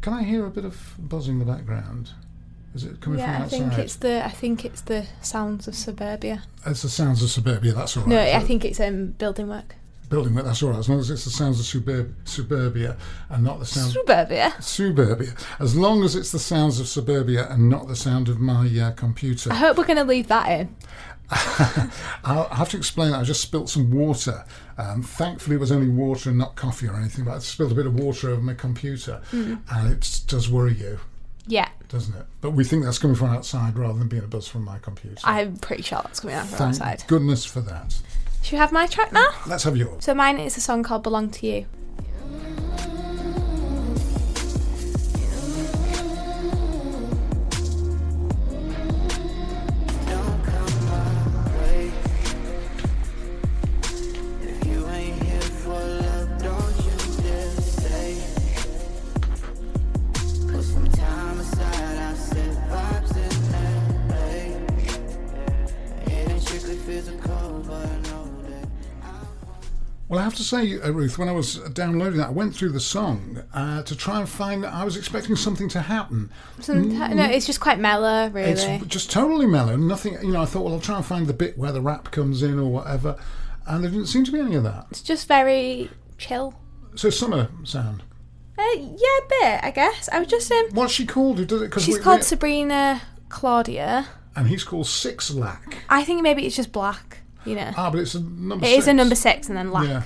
Speaker 1: Can I hear a bit of buzz in the background? Is it coming
Speaker 2: Yeah,
Speaker 1: from
Speaker 2: I
Speaker 1: outside?
Speaker 2: think it's the I think it's the sounds of suburbia.
Speaker 1: It's the sounds of suburbia. That's all right.
Speaker 2: No, I
Speaker 1: But-
Speaker 2: think it's um building work.
Speaker 1: building that. That's all right. As long as it's the sounds of suburb, suburbia and not the sound
Speaker 2: Suburbia.
Speaker 1: suburbia. As long as it's the sounds of suburbia and not the sound of my uh, computer.
Speaker 2: I hope we're going to leave that in.
Speaker 1: I'll I have to explain that I just spilt some water. Um, thankfully, it was only water and not coffee or anything. But I spilled a bit of water over my computer,
Speaker 2: Mm.
Speaker 1: and it does worry you,
Speaker 2: Yeah,
Speaker 1: doesn't it? But we think that's coming from outside rather than being a buzz from my computer.
Speaker 2: I'm pretty sure that's coming out from
Speaker 1: Thank
Speaker 2: outside.
Speaker 1: goodness for that.
Speaker 2: Should we have my track now?
Speaker 1: Let's have yours.
Speaker 2: Mm. So mine is a song called "Belong to You."
Speaker 4: Don't come my way. If you ain't here for love, don't you dare stay. Put some time aside, I said vibes in LA. It ain't strictly physical, but I know that.
Speaker 1: Well, I have to say, uh, Ruth, when I was downloading that, I went through the song uh, to try and find. I was expecting something to happen.
Speaker 2: Someti- no, it's just quite mellow, really.
Speaker 1: Mm. It's just totally mellow. Nothing, you know. I thought, well, I'll try and find the bit where the rap comes in or whatever, and there didn't seem to be any of that.
Speaker 2: It's just very chill.
Speaker 1: So summer sound.
Speaker 2: Uh, yeah, a bit, I guess. I was just um,
Speaker 1: What's she called? Who does it? Cause
Speaker 2: she's
Speaker 1: we-
Speaker 2: called
Speaker 1: we-
Speaker 2: Sabrina Claudia.
Speaker 1: and he's called Six Lack.
Speaker 2: I think maybe it's just black. You know,
Speaker 1: Ah, but it's a number.
Speaker 2: It is
Speaker 1: six.
Speaker 2: a number six and then
Speaker 1: Yeah.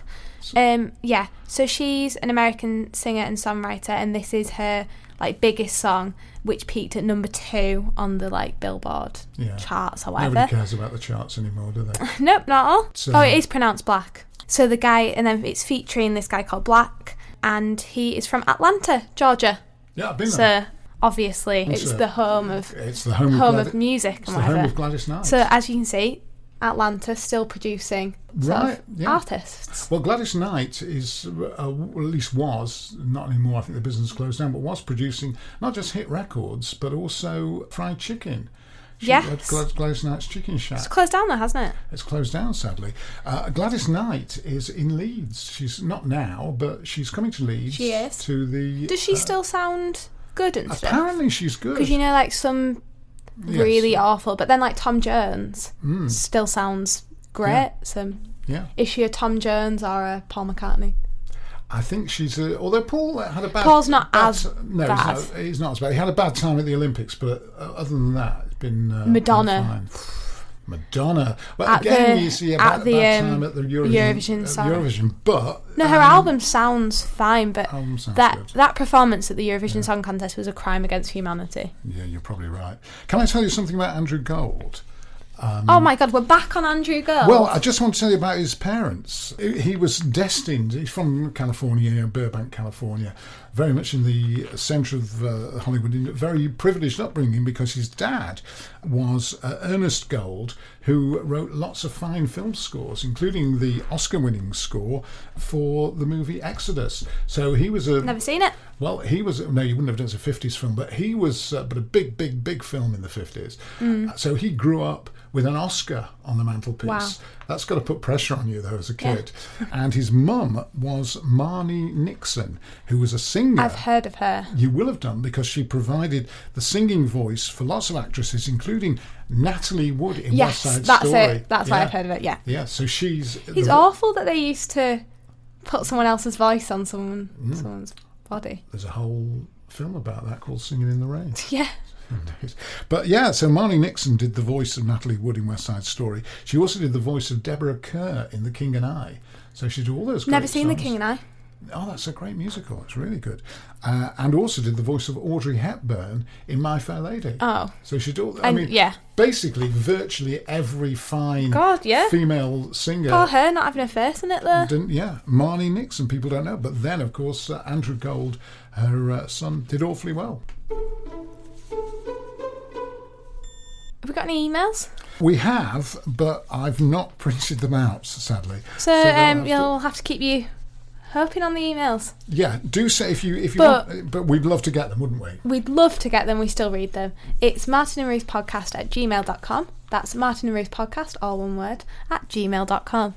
Speaker 2: lack. Um, yeah. So she's an American singer and songwriter, and this is her like biggest song, which peaked at number two on the like Billboard
Speaker 1: Yeah.
Speaker 2: charts or
Speaker 1: Nobody
Speaker 2: whatever.
Speaker 1: cares about the charts anymore, do they?
Speaker 2: Nope, not all.
Speaker 1: So-
Speaker 2: oh, it is pronounced black. So the guy, and then it's featuring this guy called Black, and he is from Atlanta, Georgia.
Speaker 1: yeah, I've been there.
Speaker 2: So obviously, it's
Speaker 1: so-
Speaker 2: the home of
Speaker 1: It's the home,
Speaker 2: home
Speaker 1: of,
Speaker 2: of
Speaker 1: Gladi-
Speaker 2: music and
Speaker 1: It's the home
Speaker 2: whatever.
Speaker 1: of Gladys Knight.
Speaker 2: So as you can see, Atlanta still producing sort
Speaker 1: Right,
Speaker 2: of
Speaker 1: yeah.
Speaker 2: artists.
Speaker 1: Well, Gladys Knight is, uh, uh, well, at least was, not anymore, I think the business closed down, but was producing not just hit records, but also fried chicken. She
Speaker 2: Yes.
Speaker 1: had Glad- Gladys Knight's Chicken Shack.
Speaker 2: It's closed down though, hasn't it?
Speaker 1: It's closed down, sadly. Uh, Gladys Knight is in Leeds. She's not now, but she's coming to Leeds.
Speaker 2: She is.
Speaker 1: To the. uh,
Speaker 2: Does she still sound good and stuff?
Speaker 1: Apparently, she's good.
Speaker 2: Because you know, like some
Speaker 1: Yes. Hmm.
Speaker 2: really awful, but then like Tom Jones still sounds great. So
Speaker 1: Yeah.
Speaker 2: Is she a Tom Jones or a Paul McCartney?
Speaker 1: I think she's a, although Paul had a bad.
Speaker 2: Paul's not
Speaker 1: bad,
Speaker 2: as
Speaker 1: no,
Speaker 2: bad.
Speaker 1: He's, not, he's not as bad. He had a bad time at the Olympics, but uh, other than that, it's been uh,
Speaker 2: Madonna.
Speaker 1: been fine. Madonna. Well,
Speaker 2: At
Speaker 1: again,
Speaker 2: the-
Speaker 1: you see a
Speaker 2: at
Speaker 1: bad,
Speaker 2: the,
Speaker 1: bad
Speaker 2: um,
Speaker 1: time at the Eurovision.
Speaker 2: Eurovision
Speaker 1: at
Speaker 2: song.
Speaker 1: Eurovision, but
Speaker 2: No, her
Speaker 1: um,
Speaker 2: album sounds fine, but
Speaker 1: Album sounds
Speaker 2: that
Speaker 1: good.
Speaker 2: that performance at the Eurovision Song Contest was a crime against humanity.
Speaker 1: Yeah, you're probably right. Can I tell you something about Andrew Gold?
Speaker 2: oh my God, we're back on Andrew Gold.
Speaker 1: Um, Well, I just want to tell you about his parents. He he was destined, he's from California, Burbank, California, very much in the centre of uh, Hollywood, in a very privileged upbringing because his dad was uh, Ernest Gold, who wrote lots of fine film scores, including the Oscar winning score for the movie Exodus. So he was a.
Speaker 2: never seen it.
Speaker 1: Well, he was no, you wouldn't have done it as a fifties film, but he was, uh, but a big, big, big film in the fifties. So he grew up with an Oscar on the mantelpiece.
Speaker 2: Mm. Wow.
Speaker 1: That's got to put pressure on you though as a kid. and his mum was Marnie Nixon, who was a singer.
Speaker 2: I've heard of her.
Speaker 1: you will have done because she provided the singing voice for lots of actresses, including Natalie Wood in
Speaker 2: Yes,
Speaker 1: West Side
Speaker 2: that's
Speaker 1: Story.
Speaker 2: it. That's why I've heard of it. Yeah,
Speaker 1: Yeah, so she's
Speaker 2: it's
Speaker 1: the-
Speaker 2: awful that they used to put someone else's voice on someone
Speaker 1: Mm.
Speaker 2: someone's body.
Speaker 1: There's a whole film about that called Singing in the Rain.
Speaker 2: Yeah,
Speaker 1: But yeah, so Marnie Nixon did the voice of Natalie Wood in West Side Story. She also did the voice of Deborah Kerr in The King and I. So she did all those.
Speaker 2: never
Speaker 1: great
Speaker 2: seen The
Speaker 1: songs.
Speaker 2: King and I.
Speaker 1: Oh, that's a great musical. It's really good. Uh, and also did the voice of Audrey Hepburn in My Fair Lady.
Speaker 2: Oh.
Speaker 1: So she did all. I
Speaker 2: And-
Speaker 1: mean,
Speaker 2: yeah.
Speaker 1: Basically, virtually every fine
Speaker 2: God, yeah.
Speaker 1: female singer.
Speaker 2: Poor her not having a face in it though.
Speaker 1: Didn't, yeah, Marnie Nixon, people don't know. But then, of course, uh, Andrew Gold, her uh, son, did awfully well.
Speaker 2: Have we got any emails?
Speaker 1: We have, but I've not printed them out, sadly.
Speaker 2: So,
Speaker 1: they'll
Speaker 2: um,
Speaker 1: have to-
Speaker 2: you'll have to keep you hoping on the emails.
Speaker 1: yeah, do say if you if you
Speaker 2: But-
Speaker 1: want, but we'd love to get them, wouldn't we?
Speaker 2: We'd love to get them, we still read them. It's Martin and Ruth podcast at gmail.com. That's Martin and Ruth podcast, all one word, at gmail.com.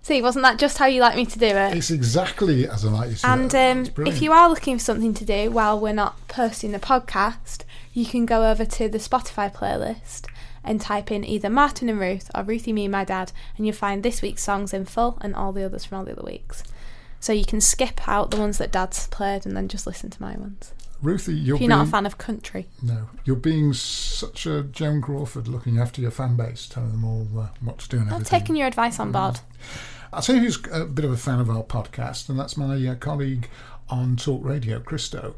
Speaker 2: See, wasn't that just how you like me to do it?
Speaker 1: It's exactly as I like you to.
Speaker 2: And
Speaker 1: do it.
Speaker 2: um,
Speaker 1: It's
Speaker 2: if
Speaker 1: brilliant.
Speaker 2: you are looking for something to do while we're not posting the podcast, you can go over to the Spotify playlist and type in either Martin and Ruth or Ruthie, me and my dad, and you'll find this week's songs in full and all the others from all the other weeks. So you can skip out the ones that dad's played and then just listen to my ones.
Speaker 1: Ruthie, you're
Speaker 2: If you're not a
Speaker 1: being-
Speaker 2: fan of country.
Speaker 1: No, you're being such a Joan Crawford, looking after your fan base, telling them all uh, what to do and
Speaker 2: I'm
Speaker 1: everything.
Speaker 2: taking your advice on board.
Speaker 1: I'll tell you who's a bit of a fan of our podcast, and that's my uh, colleague on Talk Radio, Christo,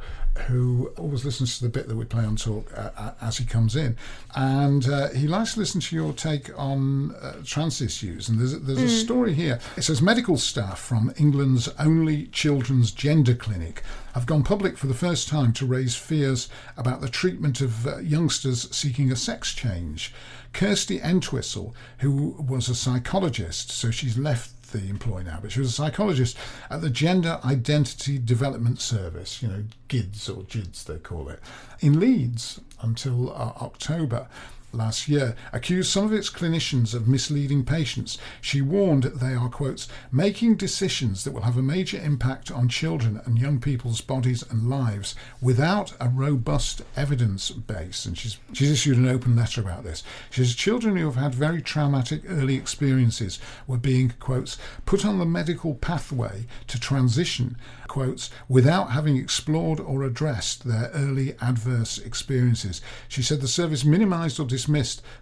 Speaker 1: who always listens to the bit that we play on Talk uh, uh, as he comes in. And uh, he likes to listen to your take on uh, trans issues. And there's, a- there's a story here. It says medical staff from England's only children's gender clinic have gone public for the first time to raise fears about the treatment of uh, youngsters seeking a sex change. Kirsty Entwistle, who was a psychologist, so she's left the employ now, but she was a psychologist at the Gender Identity Development Service, you know, GIDS or JIDS they call it, in Leeds until uh, October last year, accused some of its clinicians of misleading patients. She warned they are, quotes, making decisions that will have a major impact on children and young people's bodies and lives without a robust evidence base. And she's, she's issued an open letter about this. She says children who have had very traumatic early experiences were being, quotes, put on the medical pathway to transition, quotes, without having explored or addressed their early adverse experiences. She said the service minimised or dismissed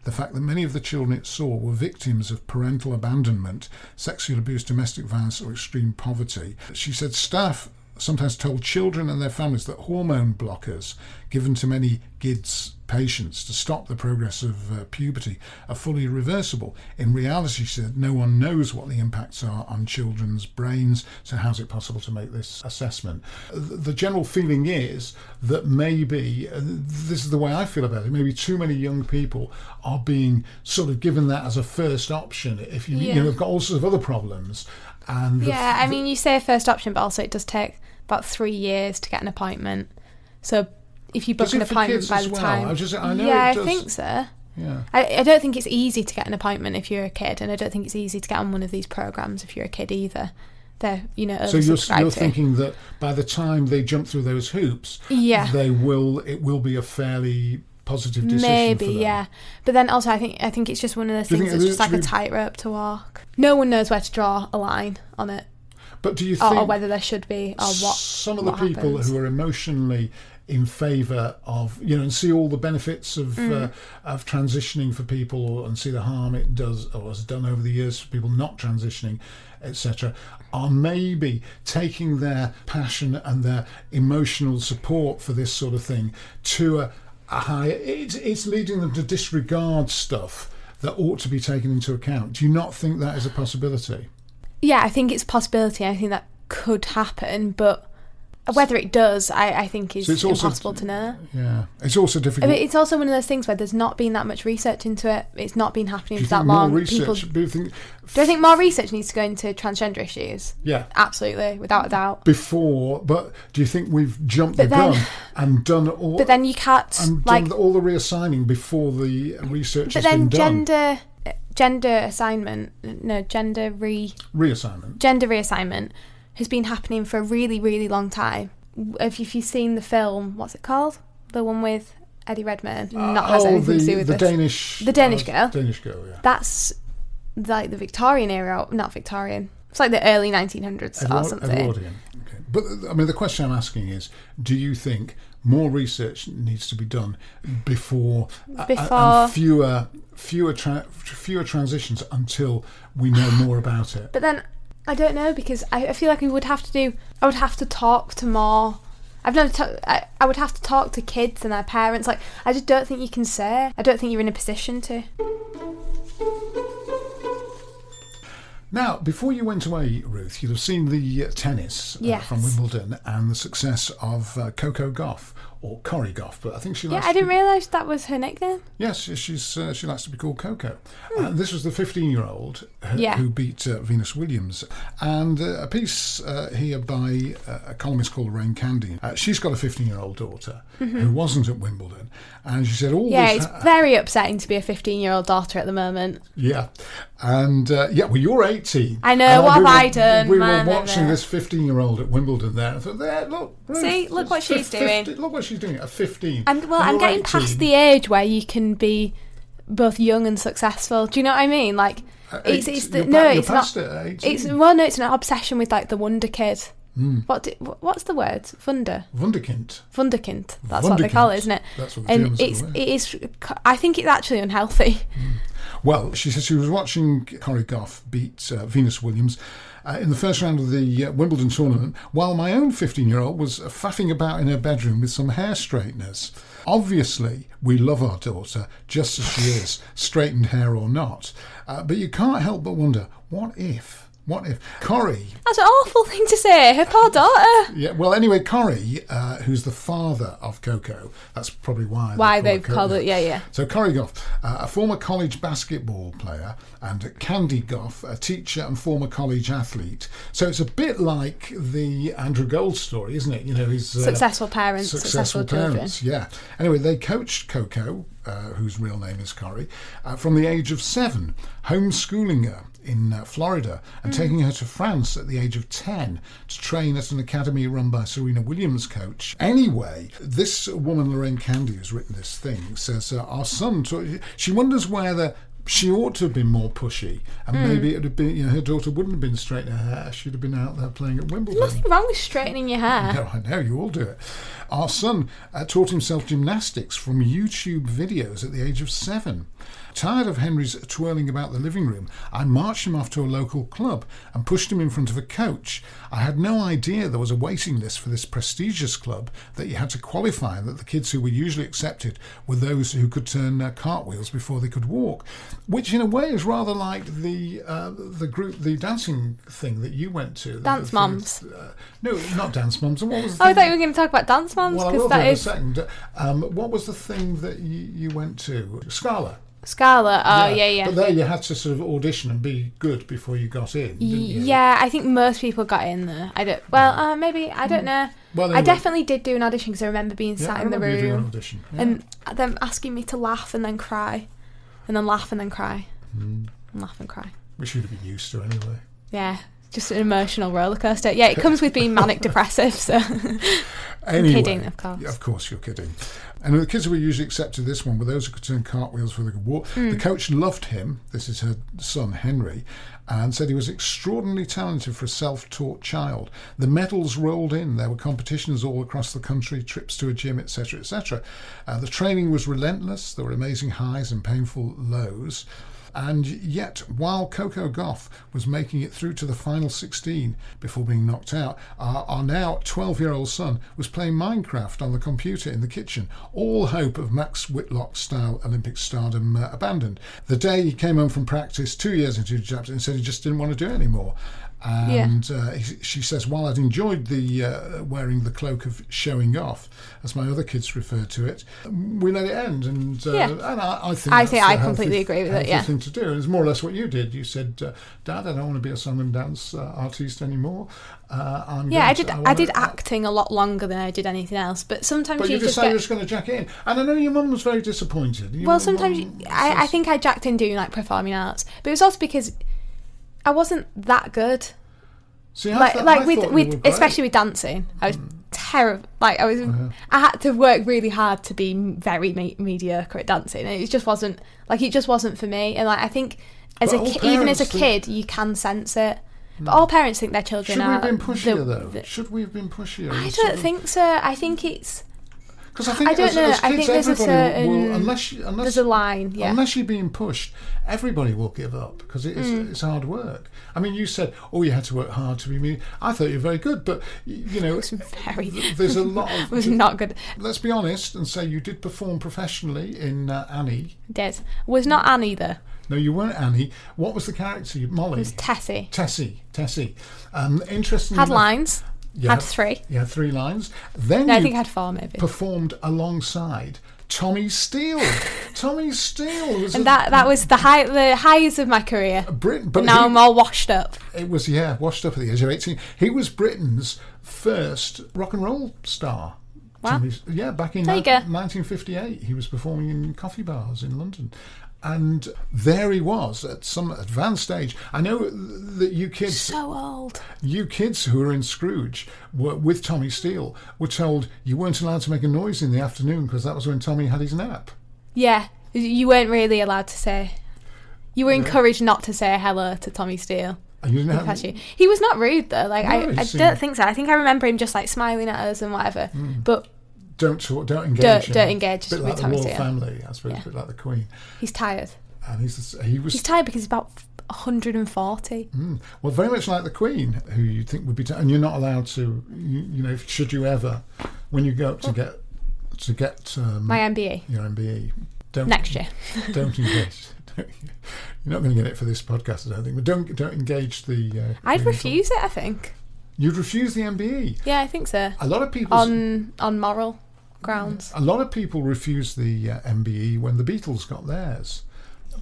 Speaker 1: the fact that many of the children it saw were victims of parental abandonment, sexual abuse, domestic violence, or extreme poverty. She said staff sometimes told children and their families that hormone blockers given to many GIDS patients to stop the progress of uh, puberty are fully reversible. In reality, she said, no one knows what the impacts are on children's brains, so how's it possible to make this assessment? Th- The general feeling is that maybe, uh, this is the way I feel about it, maybe too many young people are being sort of given that as a first option if you, you
Speaker 2: Yeah.
Speaker 1: know, have got all sorts of other problems. And the
Speaker 2: Yeah, I mean, you say first option, but also it does take about three years to get an appointment. So if you book
Speaker 1: Does
Speaker 2: an
Speaker 1: it for
Speaker 2: appointment
Speaker 1: kids
Speaker 2: by
Speaker 1: as
Speaker 2: the
Speaker 1: well?
Speaker 2: time,
Speaker 1: I just- I know
Speaker 2: yeah,
Speaker 1: it
Speaker 2: I
Speaker 1: does.
Speaker 2: think so.
Speaker 1: Yeah.
Speaker 2: I, I don't think it's easy to get an appointment if you're a kid, and I don't think it's easy to get on one of these programs if you're a kid either. They're you know
Speaker 1: So you're,
Speaker 2: oversubscribed
Speaker 1: you're
Speaker 2: to.
Speaker 1: thinking that by the time they jump through those hoops,
Speaker 2: Yeah.
Speaker 1: they will. It will be a fairly positive decision.
Speaker 2: Maybe,
Speaker 1: for them.
Speaker 2: yeah. But then also, I think I think it's just one of those
Speaker 1: Do you
Speaker 2: things
Speaker 1: think
Speaker 2: that's just
Speaker 1: it
Speaker 2: like a
Speaker 1: literally-
Speaker 2: tightrope to walk. No one knows where to draw a line on it,
Speaker 1: But do you
Speaker 2: or,
Speaker 1: think
Speaker 2: or whether there should be, or what.
Speaker 1: some of the
Speaker 2: what
Speaker 1: people
Speaker 2: happens.
Speaker 1: who are emotionally in favour of you know and see all the benefits of
Speaker 2: Mm.
Speaker 1: uh, of transitioning for people and see the harm it does or has done over the years for people not transitioning etc are maybe taking their passion and their emotional support for this sort of thing to a, a high it's, it's leading them to disregard stuff that ought to be taken into account do you not think that is a possibility
Speaker 2: Yeah, I think it's a possibility. I think that could happen, but whether it does, I, I think is
Speaker 1: So it's also-
Speaker 2: impossible to know.
Speaker 1: yeah it's also
Speaker 2: I
Speaker 1: difficult
Speaker 2: mean, it's also one of those things where there's not been that much research into it. It's not been happening
Speaker 1: Do you
Speaker 2: for that
Speaker 1: think more
Speaker 2: long. People,
Speaker 1: research-
Speaker 2: do
Speaker 1: do you think-
Speaker 2: I think more research needs to go into transgender issues?
Speaker 1: Yeah.
Speaker 2: Absolutely, without a doubt.
Speaker 1: before, but do you think we've jumped the
Speaker 2: But then-
Speaker 1: gun and done all?
Speaker 2: But then you can't
Speaker 1: and
Speaker 2: like.
Speaker 1: done all the reassigning before the research
Speaker 2: But
Speaker 1: has been
Speaker 2: then
Speaker 1: done.
Speaker 2: gender, gender assignment, no gender re
Speaker 1: Reassignment.
Speaker 2: gender reassignment has been happening for a really really long time. If if you've seen the film, what's it called? The one with Eddie Redmayne. Not has
Speaker 1: oh, the,
Speaker 2: anything to do with
Speaker 1: the
Speaker 2: this.
Speaker 1: Danish. uh,
Speaker 2: The Danish girl.
Speaker 1: Danish girl. Yeah.
Speaker 2: That's like the Victorian era, not Victorian. It's like the early 1900s or
Speaker 1: Edward-
Speaker 2: something.
Speaker 1: Edwardian. Okay. But uh, I mean, the question I'm asking is: Do you think more research needs to be done before, a- a-
Speaker 2: Before-
Speaker 1: and fewer fewer tra- fewer transitions until we know more about it?
Speaker 2: But then I don't know because I, I feel like we would have to do. I would have to talk to more. I've never. Ta- I, I would have to talk to kids and their parents. Like I just don't think you can say. I don't think you're in a position to.
Speaker 1: Now, before you went away, Ruth, you'd have seen the uh, tennis uh,
Speaker 2: Yes.
Speaker 1: from Wimbledon and the success of uh, Coco Goff or Corrie Goff, but I think she
Speaker 2: Yeah,
Speaker 1: likes
Speaker 2: I
Speaker 1: to
Speaker 2: didn't
Speaker 1: be-
Speaker 2: realise that was her nickname.
Speaker 1: Yes, she's uh, she likes to be called Coco. And this was the 15-year-old who,
Speaker 2: Hmm. Yeah.
Speaker 1: who beat uh, Venus Williams. And uh, a piece uh, here by uh, a columnist called Rain Candy. Uh, she's got a 15-year-old daughter who wasn't at Wimbledon, and she said all
Speaker 2: Mm-hmm. Yeah,
Speaker 1: this.
Speaker 2: it's very upsetting to be a 15 year old daughter at the moment.
Speaker 1: Yeah, and uh, yeah, well, you're 18.
Speaker 2: I know,
Speaker 1: And
Speaker 2: what have I
Speaker 1: we were-
Speaker 2: done?
Speaker 1: We
Speaker 2: Man,
Speaker 1: were
Speaker 2: man,
Speaker 1: watching
Speaker 2: man.
Speaker 1: this 15 year old at Wimbledon there. And I thought, there, look, Ruth,
Speaker 2: See, look
Speaker 1: it's
Speaker 2: what she's
Speaker 1: fif-
Speaker 2: doing.
Speaker 1: 50 look what she's doing at 15.
Speaker 2: And well,
Speaker 1: And
Speaker 2: I'm
Speaker 1: you're
Speaker 2: getting
Speaker 1: 18.
Speaker 2: past the age where you can be both young and successful. Do you know what I mean? Like
Speaker 1: At
Speaker 2: it's
Speaker 1: Uh, eight-
Speaker 2: it's the,
Speaker 1: you're
Speaker 2: no,
Speaker 1: pa- you're
Speaker 2: it's not.
Speaker 1: past it at 18.
Speaker 2: it's well, no, it's an obsession with like the wonder kid.
Speaker 1: Hmm.
Speaker 2: What do, wh- what's the word? Wonder.
Speaker 1: Wunderkind.
Speaker 2: Wunderkind. That's what they call
Speaker 1: Wunderkind.
Speaker 2: it, isn't it?
Speaker 1: That's what the
Speaker 2: and
Speaker 1: Germans call
Speaker 2: it's
Speaker 1: it.
Speaker 2: it is. I think it's actually unhealthy.
Speaker 1: Well, she said she was watching Corrie Goff beat uh, Venus Williams uh, in the first round of the uh, Wimbledon tournament, while my own 15 year old was uh, faffing about in her bedroom with some hair straighteners. Obviously, we love our daughter just as she is, straightened hair or not. Uh, but you can't help but wonder what if? What if Corrie
Speaker 2: That's an awful thing to say. Her poor daughter.
Speaker 1: yeah. Well, anyway, Corrie, uh, who's the father of Coco, that's probably why
Speaker 2: Why
Speaker 1: they
Speaker 2: they've called it- yeah, yeah.
Speaker 1: So Corrie Goff, uh, a former college basketball player, and Candy Goff, a teacher and former college athlete. So it's a bit like the Andrew Gold story, isn't it? You know, his uh,
Speaker 2: Successful parents, successful children.
Speaker 1: parents. Yeah. Anyway, they coached Coco, uh, whose real name is Corrie, uh, from the age of seven, homeschooling her in uh, Florida and taking her to France at the age of 10 to train at an academy run by Serena Williams' coach. Anyway, this woman, Lorraine Candy, who's written this thing, says uh, our son, taught-" she wonders whether. She ought to have been more pushy, and maybe it would have been. You know, her daughter wouldn't have been straight in her hair. She'd have been out there playing at Wimbledon.
Speaker 2: Nothing wrong with straightening your hair.
Speaker 1: No, I know you all do it. Our son uh, taught himself gymnastics from YouTube videos at the age of seven. Tired of Henry's twirling about the living room, I marched him off to a local club and pushed him in front of a coach. I had no idea there was a waiting list for this prestigious club that you had to qualify, and that the kids who were usually accepted were those who could turn uh, cartwheels before they could walk, which in a way is rather like the uh, the group, the dancing thing that you went to. The-
Speaker 2: Dance
Speaker 1: the-
Speaker 2: mums.
Speaker 1: uh, no, not dance mums. What was the
Speaker 2: Oh, I thought
Speaker 1: thing-
Speaker 2: we were going to talk about dance moms
Speaker 1: Well, I
Speaker 2: because
Speaker 1: will do
Speaker 2: that
Speaker 1: in a
Speaker 2: is
Speaker 1: second. Um, what was the thing that you, you went to? Scala.
Speaker 2: Scarlet. Oh, yeah, yeah.
Speaker 1: But there you had to sort of audition and be good before you got in. Didn't you?
Speaker 2: Yeah, I think most people got in there. I don't. Well, uh, maybe I don't know.
Speaker 1: Mm. Well,
Speaker 2: I
Speaker 1: anyway.
Speaker 2: definitely did do an audition because I remember being
Speaker 1: Yeah,
Speaker 2: sat
Speaker 1: I
Speaker 2: in the
Speaker 1: remember you doing an
Speaker 2: room
Speaker 1: audition. Yeah.
Speaker 2: and them asking me to laugh and then cry, and then laugh and then cry,
Speaker 1: Mm.
Speaker 2: and laugh and cry.
Speaker 1: Which you'd have been used to anyway.
Speaker 2: Yeah, just an emotional roller coaster. Yeah, it comes with being manic depressive. So
Speaker 1: Anyway,
Speaker 2: kidding, of course.
Speaker 1: Of course, you're kidding. And the kids who were usually accepted to this one were those who could turn cartwheels where they could walk.
Speaker 2: Hmm.
Speaker 1: The coach loved him. This is her son, Henry, and said he was extraordinarily talented for a self taught child. The medals rolled in. There were competitions all across the country, trips to a gym, etc., etc. Uh, the training was relentless. There were amazing highs and painful lows. And yet, while Coco Goff was making it through to the final 16 before being knocked out, our, our now 12 year old son was playing Minecraft on the computer in the kitchen. All hope of Max Whitlock style Olympic stardom uh, abandoned. The day he came home from practice, two years into the chapter, and said he just didn't want to do it anymore. And uh, he, she says, while I'd enjoyed the uh, wearing the cloak of showing off, as my other kids refer to it, we let it end. And, uh,
Speaker 2: Yeah.
Speaker 1: and I, I think
Speaker 2: I
Speaker 1: that's
Speaker 2: say
Speaker 1: the
Speaker 2: I
Speaker 1: healthy-
Speaker 2: completely agree with it,
Speaker 1: healthy
Speaker 2: yeah.
Speaker 1: thing to do. And it's more or less what you did. You said, uh, "Dad, I don't want to be a song and dance uh, artiste anymore." Uh, I'm
Speaker 2: Yeah,
Speaker 1: going
Speaker 2: I
Speaker 1: to-
Speaker 2: did. I,
Speaker 1: wanna-
Speaker 2: did acting a lot longer than I did anything else. But sometimes
Speaker 1: But
Speaker 2: you,
Speaker 1: you just say
Speaker 2: get.
Speaker 1: you're just going to jack in, and I know your mum was very disappointed. Your
Speaker 2: well,
Speaker 1: mum-
Speaker 2: sometimes you, I, I think I jacked in doing like performing arts, but it was also because I wasn't that good.
Speaker 1: See, I
Speaker 2: Like,
Speaker 1: thought-
Speaker 2: like
Speaker 1: I
Speaker 2: with
Speaker 1: thought you were
Speaker 2: with
Speaker 1: great. Mm. Uh-huh.
Speaker 2: especially with dancing, I was terrible. Like I was, I had to work really hard to be m- very me- mediocre at dancing. and It just wasn't like it just wasn't for me. And like I think as
Speaker 1: But
Speaker 2: a
Speaker 1: all
Speaker 2: ki- even as a
Speaker 1: parents think- Mm.
Speaker 2: kid, you can sense it. But all parents think their children
Speaker 1: Should we
Speaker 2: are.
Speaker 1: have been pushier
Speaker 2: the-
Speaker 1: though?
Speaker 2: the-
Speaker 1: Should we have been pushier?
Speaker 2: I don't think so. I think it's.
Speaker 1: Because I think
Speaker 2: I don't
Speaker 1: as,
Speaker 2: know.
Speaker 1: as kids,
Speaker 2: I think there's a
Speaker 1: everybody will, will-
Speaker 2: certain-
Speaker 1: unless you, unless
Speaker 2: there's a line, yeah.
Speaker 1: Unless you're being pushed, everybody will give up because it is
Speaker 2: Mm.
Speaker 1: it's hard work. I mean, you said, "Oh, you had to work hard to be me." I thought you were very good, but y- you know,
Speaker 2: very-
Speaker 1: th- there's a lot of.
Speaker 2: was not good.
Speaker 1: Let's be honest and say you did perform professionally in uh, Annie.
Speaker 2: Des was not Anne either.
Speaker 1: No, you weren't Annie. What was the character? You- Molly.
Speaker 2: It was Tessie.
Speaker 1: Tessie. Tessie. Um, interesting.
Speaker 2: Had lines.
Speaker 1: Yeah.
Speaker 2: Had three.
Speaker 1: You had three lines. Then
Speaker 2: No, I
Speaker 1: you
Speaker 2: think I had four maybe.
Speaker 1: performed alongside Tommy Steele. Tommy Steele was a-
Speaker 2: and that that was the high the highs of my career.
Speaker 1: Brit, but
Speaker 2: But now
Speaker 1: he-
Speaker 2: I'm all washed up.
Speaker 1: it was yeah, washed up at the age of eighteen. He was Britain's first rock and roll star.
Speaker 2: Wow.
Speaker 1: Tommy S- yeah, back in
Speaker 2: There you go.
Speaker 1: 1958, he was performing in coffee bars in London. And there he was at some advanced age. I know th- that you kids
Speaker 2: So old.
Speaker 1: you kids who were in Scrooge were, with Tommy Steele were told you weren't allowed to make a noise in the afternoon because that was when Tommy had his nap.
Speaker 2: Yeah, you weren't really allowed to say. You were encouraged not to say hello to Tommy Steele.
Speaker 1: And you didn't have
Speaker 2: Pachu. He was not rude though. Like
Speaker 1: Um, No,
Speaker 2: I,
Speaker 1: he
Speaker 2: I
Speaker 1: seemed-
Speaker 2: don't think so. I think I remember him just like smiling at us and whatever. But
Speaker 1: don't talk, don't engage,
Speaker 2: Don't-
Speaker 1: him.
Speaker 2: don't engage
Speaker 1: Bit
Speaker 2: with
Speaker 1: like the
Speaker 2: Tommy
Speaker 1: royal
Speaker 2: Steele.
Speaker 1: family, I suppose, a bit like the Queen.
Speaker 2: he's tired.
Speaker 1: And he's he was
Speaker 2: He's tired because he's about 140.
Speaker 1: well, very much like the Queen, who you think would be, t- and you're not allowed to, you, you know, should you ever, when you go up to get to get um,
Speaker 2: My MBE
Speaker 1: your MBE, don't
Speaker 2: next year.
Speaker 1: don't engage. Don't, you're not going to get it for this podcast, I don't think. But don't don't engage the. Uh, Queen
Speaker 2: I'd
Speaker 1: at all.
Speaker 2: refuse it. I think.
Speaker 1: You'd refuse the MBE.
Speaker 2: Yeah, I think so.
Speaker 1: A lot of people.
Speaker 2: On on moral grounds.
Speaker 1: a lot of people refused the uh, MBE when the Beatles got theirs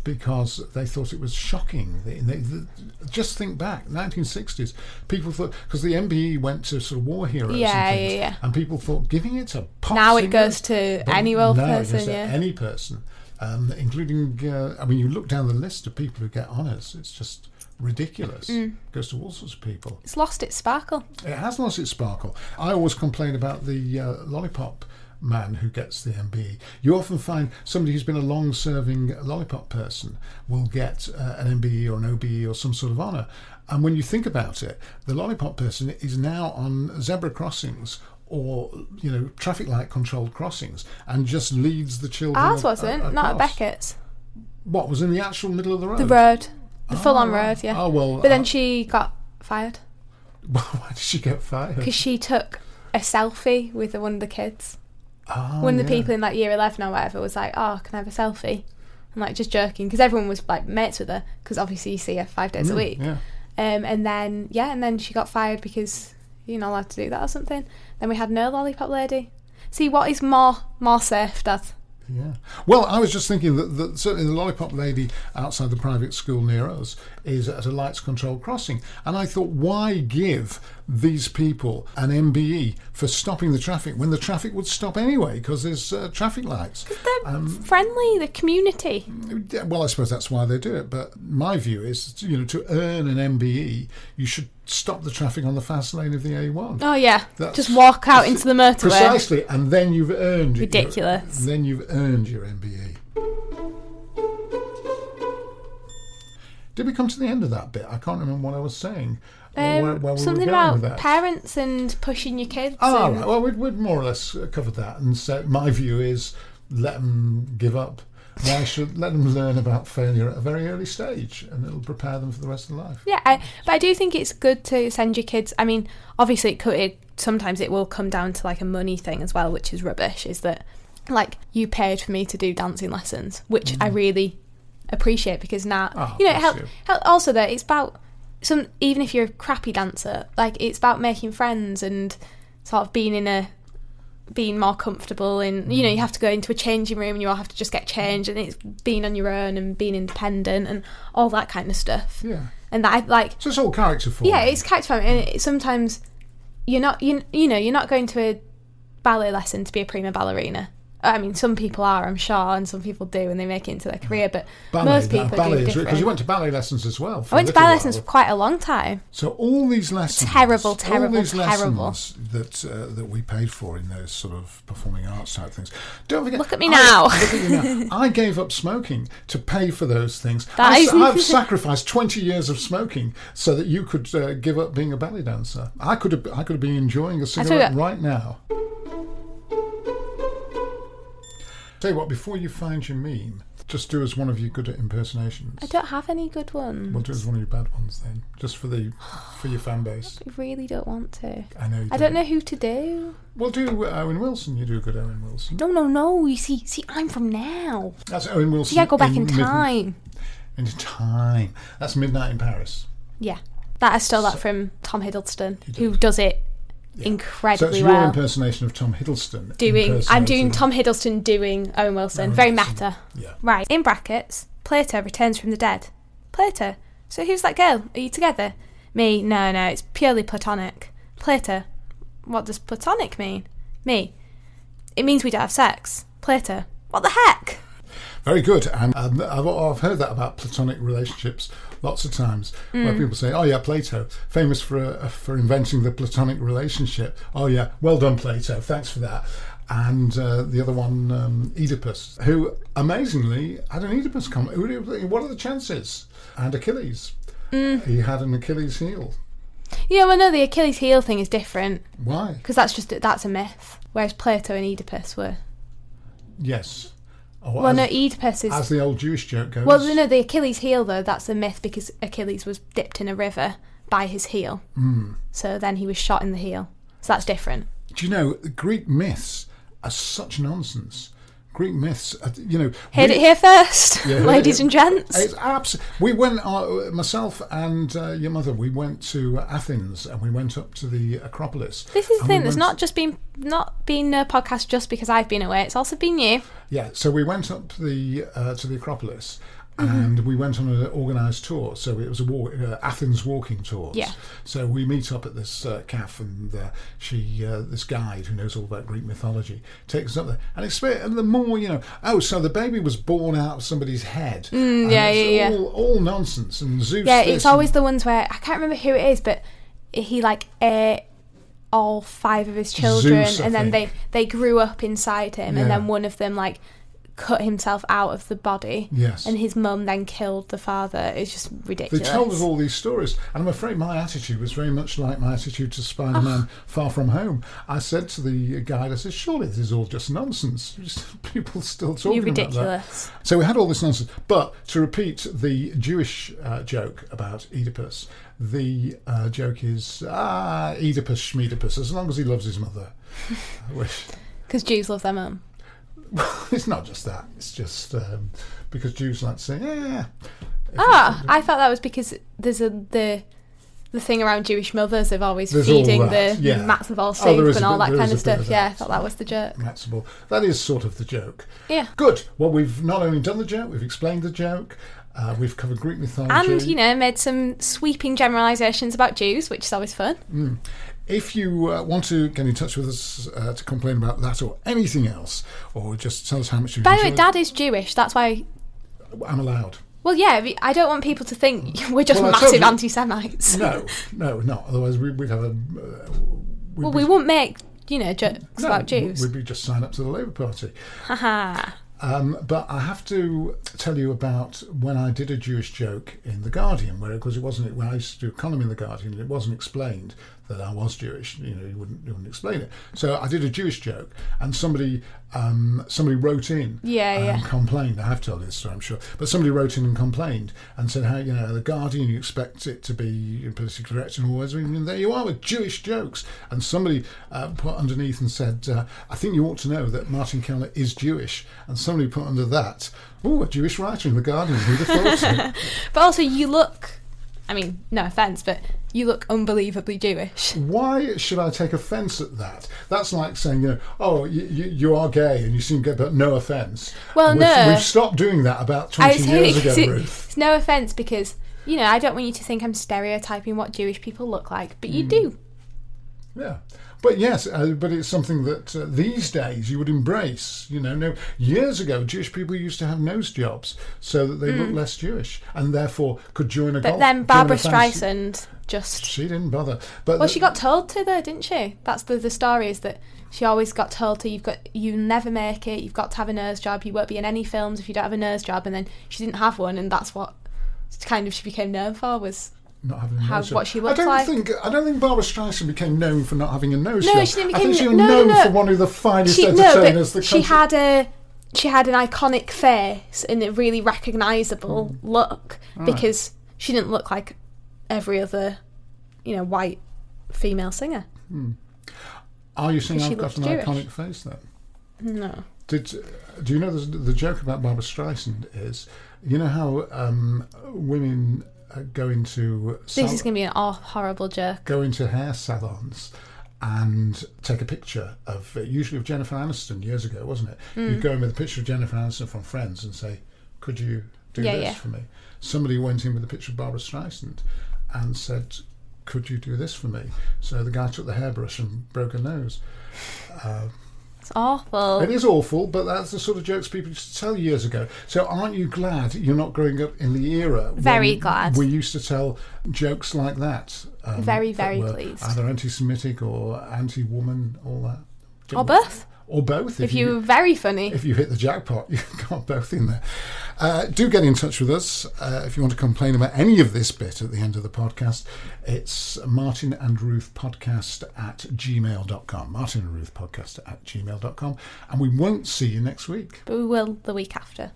Speaker 1: because they thought it was shocking. They, they, they- just think back, 1960s. People thought because the MBE went to sort of war heroes,
Speaker 2: Yeah,
Speaker 1: and, things,
Speaker 2: yeah, yeah.
Speaker 1: and people thought giving it to pop
Speaker 2: Now it
Speaker 1: singer-
Speaker 2: goes to
Speaker 1: But
Speaker 2: any old
Speaker 1: no, it goes
Speaker 2: person,
Speaker 1: to
Speaker 2: yeah.
Speaker 1: any person, um, including. Uh, I mean, you look down the list of people who get honours. It's just ridiculous.
Speaker 2: Mm.
Speaker 1: Goes to all sorts of people.
Speaker 2: It's lost its sparkle.
Speaker 1: It has lost its sparkle. I always complain about the uh, lollipop man who gets the MBE. You often find somebody who's been a long serving lollipop person will get uh, an MBE or an OBE or some sort of honour. And when you think about it, the lollipop person is now on zebra crossings or you know traffic light controlled crossings and just leads the children
Speaker 2: Ours
Speaker 1: a- a-
Speaker 2: wasn't. not at
Speaker 1: across.
Speaker 2: Beckett's.
Speaker 1: what was in the actual middle of the road
Speaker 2: The road. The full on
Speaker 1: right.
Speaker 2: road, yeah.
Speaker 1: Oh, well,
Speaker 2: But
Speaker 1: uh,
Speaker 2: then she got fired
Speaker 1: why did she get fired
Speaker 2: because she took a selfie with one of the kids.
Speaker 1: Ah,
Speaker 2: One of the
Speaker 1: yeah.
Speaker 2: people in like year 11 or whatever was like, oh, can I have a selfie? And like just joking because everyone was like mates with her because obviously you see her five days a week.
Speaker 1: Mm, yeah
Speaker 2: Um, and then, yeah, and then she got fired because you're not allowed to do that or something. Then we had no lollipop lady. See, what is more, more safe, Dad?
Speaker 1: Yeah. Well, I was just thinking that, that certainly the lollipop lady outside the private school near us is at a lights control crossing, and I thought, why give these people an MBE for stopping the traffic when the traffic would stop anyway because there's uh, traffic lights.
Speaker 2: They're
Speaker 1: Um,
Speaker 2: friendly, the community.
Speaker 1: Yeah, Well, I suppose that's why they do it. But my view is, you know, to earn an MBE, you should stop the traffic on the fast lane of the A1.
Speaker 2: Oh yeah,
Speaker 1: That's-
Speaker 2: just walk out into the motorway.
Speaker 1: Precisely, and then you've earned your-
Speaker 2: Ridiculous.
Speaker 1: then you've earned your MBE. Did we come to the end of that bit? I can't remember what I was saying. or
Speaker 2: Um,
Speaker 1: where- where we were
Speaker 2: something
Speaker 1: going with
Speaker 2: about
Speaker 1: that.
Speaker 2: parents and pushing your kids.
Speaker 1: Oh, all
Speaker 2: and-
Speaker 1: right. Well, we'd, we'd more or less uh, covered that, and so my view is let them give up. Why should let them learn about failure at a very early stage, and it'll prepare them for the rest of life.
Speaker 2: Yeah, I, but I do think it's good to send your kids. I mean, obviously, it could. It, sometimes it will come down to like a money thing as well, which is rubbish. Is that like you paid for me to do dancing lessons, which I really appreciate because now
Speaker 1: Oh,
Speaker 2: you know it
Speaker 1: Mm. bless
Speaker 2: help,
Speaker 1: you.
Speaker 2: help. Also, that it's about some. Even if you're a crappy dancer, like it's about making friends and sort of being in a being more comfortable in you know
Speaker 1: Mm.
Speaker 2: you have to go into a changing room and you all have to just get changed and it's being on your own and being independent and all that kind of stuff
Speaker 1: Yeah.
Speaker 2: and that I like
Speaker 1: So it's all character forming.
Speaker 2: yeah it's catch farming and it, sometimes you're not you, you know you're not going to a ballet lesson to be a prima ballerina I mean some people are I'm sure and some people do and they make it into their career but
Speaker 1: ballet,
Speaker 2: most people
Speaker 1: that-
Speaker 2: do
Speaker 1: ballet is
Speaker 2: different
Speaker 1: because you went to ballet lessons as well. for a
Speaker 2: I went to
Speaker 1: little
Speaker 2: ballet
Speaker 1: while.
Speaker 2: lessons for quite a long time
Speaker 1: So all these lessons,
Speaker 2: Terrible,
Speaker 1: all
Speaker 2: terrible,
Speaker 1: these
Speaker 2: terrible.
Speaker 1: lessons that uh, that we paid for in those sort of performing arts type things. Don't forget.
Speaker 2: Look at me
Speaker 1: I-
Speaker 2: now.
Speaker 1: look at you now. I gave up smoking to pay for those things.
Speaker 2: That
Speaker 1: I,
Speaker 2: is-
Speaker 1: have sacrificed twenty years of smoking so that you could uh, give up being a ballet dancer. I could have, I could have been enjoying a
Speaker 2: you
Speaker 1: cigarette
Speaker 2: what-
Speaker 1: right now. Tell you what, before you find your meme, just do as one of your good impersonations.
Speaker 2: I don't have any good ones
Speaker 1: We'll do it as one of your bad ones then, just for the for your fan base.
Speaker 2: I really don't want to
Speaker 1: I know. You
Speaker 2: I don't know who to do
Speaker 1: We'll do uh, Owen Wilson. You do a good Owen Wilson.
Speaker 2: no no no you see see I'm from now
Speaker 1: That's Owen Wilson.
Speaker 2: see I go back in
Speaker 1: midn-
Speaker 2: time
Speaker 1: in time. That's Midnight in Paris.
Speaker 2: yeah that I stole that from Tom Hiddleston who does it
Speaker 1: So it's
Speaker 2: incredibly
Speaker 1: your
Speaker 2: well
Speaker 1: impersonation of Tom Hiddleston.
Speaker 2: doing I'm doing
Speaker 1: impersonating-
Speaker 2: Tom Hiddleston doing Owen Wilson. Very meta.
Speaker 1: Yeah.
Speaker 2: Right. In brackets, Plato returns from the dead. Plato. So who's that girl? Are you together? Me. No, no, it's purely platonic. Plato. What does platonic mean? Me. It means we don't have sex. Plato. What the heck?
Speaker 1: Very good. And um, I've, I've heard that about platonic relationships lots of times,
Speaker 2: Mm.
Speaker 1: where people say, "Oh yeah, Plato, famous for uh, for inventing the platonic relationship." Oh yeah, well done, Plato. Thanks for that. And uh, the other one, um, Oedipus, who amazingly had an Oedipus comment. Who do- What are the chances? And Achilles.
Speaker 2: Mm.
Speaker 1: He had an Achilles heel.
Speaker 2: Yeah, well, no, the Achilles heel thing is different
Speaker 1: Why?
Speaker 2: because that's just that's a myth. Whereas Plato and Oedipus were.
Speaker 1: Yes. Oh,
Speaker 2: Well,
Speaker 1: as,
Speaker 2: no, Oedipus is
Speaker 1: as the old Jewish joke goes.
Speaker 2: Well, no, the Achilles heel though, that's a myth because Achilles was dipped in a river by his heel. Mm.
Speaker 1: Hmm.
Speaker 2: So then he was shot in the heel. So that's different.
Speaker 1: Do you know the Greek myths are such nonsense? Greek myths, are, you know.
Speaker 2: Heard
Speaker 1: we-
Speaker 2: it here first,
Speaker 1: Yeah, heard
Speaker 2: ladies
Speaker 1: it-
Speaker 2: and gents.
Speaker 1: It's abs- we went, uh, myself and uh, your mother, we went to Athens and we went up to the Acropolis.
Speaker 2: This is
Speaker 1: And
Speaker 2: the
Speaker 1: we
Speaker 2: thing. There's
Speaker 1: went-
Speaker 2: not just been not been no podcast just because I've been away. It's also been you.
Speaker 1: Yeah, so we went up the uh, to the Acropolis,
Speaker 2: Mm-hmm.
Speaker 1: and we went on an organised tour. So it was a walk, uh, Athens walking tours.
Speaker 2: Yeah.
Speaker 1: So we meet up at this uh, cafe, and uh, she, uh, this guide who knows all about Greek mythology, takes us up there, and explain. And the more you know, oh, so the baby was born out of somebody's head. and
Speaker 2: Mm, yeah,
Speaker 1: it's
Speaker 2: yeah, yeah.
Speaker 1: All, all nonsense and Zeus.
Speaker 2: Yeah,
Speaker 1: this
Speaker 2: it's always
Speaker 1: and
Speaker 2: the ones where I can't remember who it is, but he like ate all five of his children,
Speaker 1: Zeus, I
Speaker 2: and then
Speaker 1: think.
Speaker 2: they they grew up inside him, and
Speaker 1: Yeah.
Speaker 2: then one of them like cut himself out of the body.
Speaker 1: Yes.
Speaker 2: and his mum then killed the father. It's just
Speaker 1: They
Speaker 2: ridiculous.
Speaker 1: told us all these stories, and I'm afraid my attitude was very much like my attitude to Spider
Speaker 2: Ah.
Speaker 1: Man Far From Home. I said to the guide, I said, surely this is all just nonsense. People still talking
Speaker 2: You're
Speaker 1: about
Speaker 2: ridiculous.
Speaker 1: that. So we had all this nonsense. But to repeat the Jewish uh, joke about Oedipus, the uh, joke is, ah, Oedipus, Schmiedipus, as long as he loves his mother. Uh, Which,
Speaker 2: Because Jews love their mum.
Speaker 1: it's not just that, it's just um, because Jews like to say, yeah, yeah.
Speaker 2: Ah, I thought that was because there's a the the thing around Jewish mothers of always
Speaker 1: There's all
Speaker 2: feeding
Speaker 1: that,
Speaker 2: the
Speaker 1: yeah.
Speaker 2: matzo ball
Speaker 1: Oh,
Speaker 2: soup
Speaker 1: there is a
Speaker 2: and all
Speaker 1: bit-
Speaker 2: that
Speaker 1: there
Speaker 2: kind
Speaker 1: is a bit
Speaker 2: of stuff.
Speaker 1: of that.
Speaker 2: yeah, I thought that was the joke.
Speaker 1: Maxable. That is sort of the joke.
Speaker 2: Yeah.
Speaker 1: Good. Well, we've not only done the joke, we've explained the joke. Uh, we've covered Greek mythology.
Speaker 2: And, you know, made some sweeping generalisations about Jews, which is always fun.
Speaker 1: Mm-hmm. If you uh, want to get in touch with us uh, to complain about that or anything else, or just tell us how much you
Speaker 2: By the way, Dad is Jewish. That's why.
Speaker 1: I'm allowed.
Speaker 2: Well, yeah, we- I don't want people to think we're just
Speaker 1: Well, I told
Speaker 2: massive
Speaker 1: you-
Speaker 2: anti Semites.
Speaker 1: No, no, not. Otherwise, we, we'd have a. Uh, we'd
Speaker 2: Well,
Speaker 1: be-
Speaker 2: we won't make, you know, jokes
Speaker 1: no,
Speaker 2: about Jews.
Speaker 1: We'd be just sign up to the Labour Party.
Speaker 2: Haha.
Speaker 1: Um, but I have to tell you about when I did a Jewish joke in The Guardian, where, because it wasn't, when I used to do economy in The Guardian, it wasn't explained that I was Jewish. You know, you wouldn't, you wouldn't explain it. So I did a Jewish joke, and somebody um, somebody wrote in um,
Speaker 2: Yeah,
Speaker 1: and
Speaker 2: yeah.
Speaker 1: complained. I have told this story, I'm sure. But somebody wrote in and complained and said, how, you know, The Guardian, you expect it to be politically correct and all that. And there you are with Jewish jokes. And somebody uh, put underneath and said, uh, I think you ought to know that Martin Keller is Jewish. And somebody put under that, oh, a Jewish writer in The Guardian, who'd have thought it?
Speaker 2: But also, you look. I mean, no offence, but you look unbelievably Jewish.
Speaker 1: Why should I take offence at that? That's like saying, you know, oh, you, you, you are gay and you seem gay, but no offence.
Speaker 2: Well,
Speaker 1: we've,
Speaker 2: no.
Speaker 1: We've stopped doing that about
Speaker 2: I
Speaker 1: 20 years ago,
Speaker 2: it-
Speaker 1: Ruth.
Speaker 2: it's no offence because, you know, I don't want you to think I'm stereotyping what Jewish people look like, but
Speaker 1: Mm.
Speaker 2: you do.
Speaker 1: Yeah, but yes, uh, but it's something that uh, these days you would embrace. You know, no years ago, Jewish people used to have nose jobs so that they looked less Jewish and therefore could join a.
Speaker 2: Mm. But
Speaker 1: golf-
Speaker 2: then
Speaker 1: join
Speaker 2: Barbara
Speaker 1: a fancy-
Speaker 2: Streisand just.
Speaker 1: She didn't bother, but
Speaker 2: Well,
Speaker 1: the-
Speaker 2: she got told to though, didn't she? That's the the story is that she always got told to. You've got you never make it. You've got to have a nose job. You won't be in any films if you don't have a nose job. And then she didn't have one, and that's what kind of she became known for was
Speaker 1: not having a
Speaker 2: how-
Speaker 1: nose job.
Speaker 2: what she
Speaker 1: I
Speaker 2: looked
Speaker 1: don't
Speaker 2: like.
Speaker 1: think I don't think Barbara Streisand became known for not having a nose
Speaker 2: No,
Speaker 1: job.
Speaker 2: she didn't
Speaker 1: I think
Speaker 2: become-
Speaker 1: she was
Speaker 2: no, no,
Speaker 1: known
Speaker 2: no.
Speaker 1: for one of the finest
Speaker 2: she no,
Speaker 1: entertainers the
Speaker 2: but she
Speaker 1: country.
Speaker 2: had a she had an iconic face and a really
Speaker 1: Mm.
Speaker 2: recognizable look
Speaker 1: Ah.
Speaker 2: because she didn't look like every other you know white female singer.
Speaker 1: Are you saying
Speaker 2: she
Speaker 1: I've got
Speaker 2: looked
Speaker 1: an
Speaker 2: Jewish.
Speaker 1: iconic face then?
Speaker 2: No.
Speaker 1: Did do you know the, the joke about Barbara Streisand is you know how um, women uh, go into sal-
Speaker 2: This is going to be an aw- horrible joke.
Speaker 1: go into hair salons and take a picture of usually of Jennifer Aniston years ago, wasn't it?
Speaker 2: Hmm.
Speaker 1: You'd go in with a picture of Jennifer Aniston from Friends and say, "Could you do
Speaker 2: Yeah,
Speaker 1: this
Speaker 2: yeah.
Speaker 1: for me?" Somebody went in with a picture of Barbara Streisand and said, "Could you do this for me?" So the guy took the hairbrush and broke her nose.
Speaker 2: It's awful.
Speaker 1: It is awful, but that's the sort of jokes people used to tell years ago. So, aren't you glad you're not growing up in the era? when
Speaker 2: Very glad.
Speaker 1: We used to tell jokes like that. um,
Speaker 2: Very,
Speaker 1: that
Speaker 2: very
Speaker 1: were
Speaker 2: pleased.
Speaker 1: Either anti Semitic or anti woman, all that. Do you
Speaker 2: or
Speaker 1: know what-
Speaker 2: both.
Speaker 1: Or both.
Speaker 2: If you were very funny.
Speaker 1: If you hit the jackpot, you've got both in there. Uh, do get in touch with us uh, if you want to complain about any of this bit at the end of the podcast. It's Martin and Ruth Podcast at gmail.com. Martin and Ruth Podcast at gmail.com. And we won't see you next week.
Speaker 2: But we will the week after.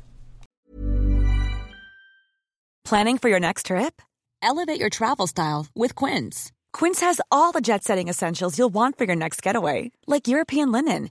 Speaker 5: Planning for your next trip? Elevate your travel style with Quince. Quince has all the jet setting essentials you'll want for your next getaway, like European linen,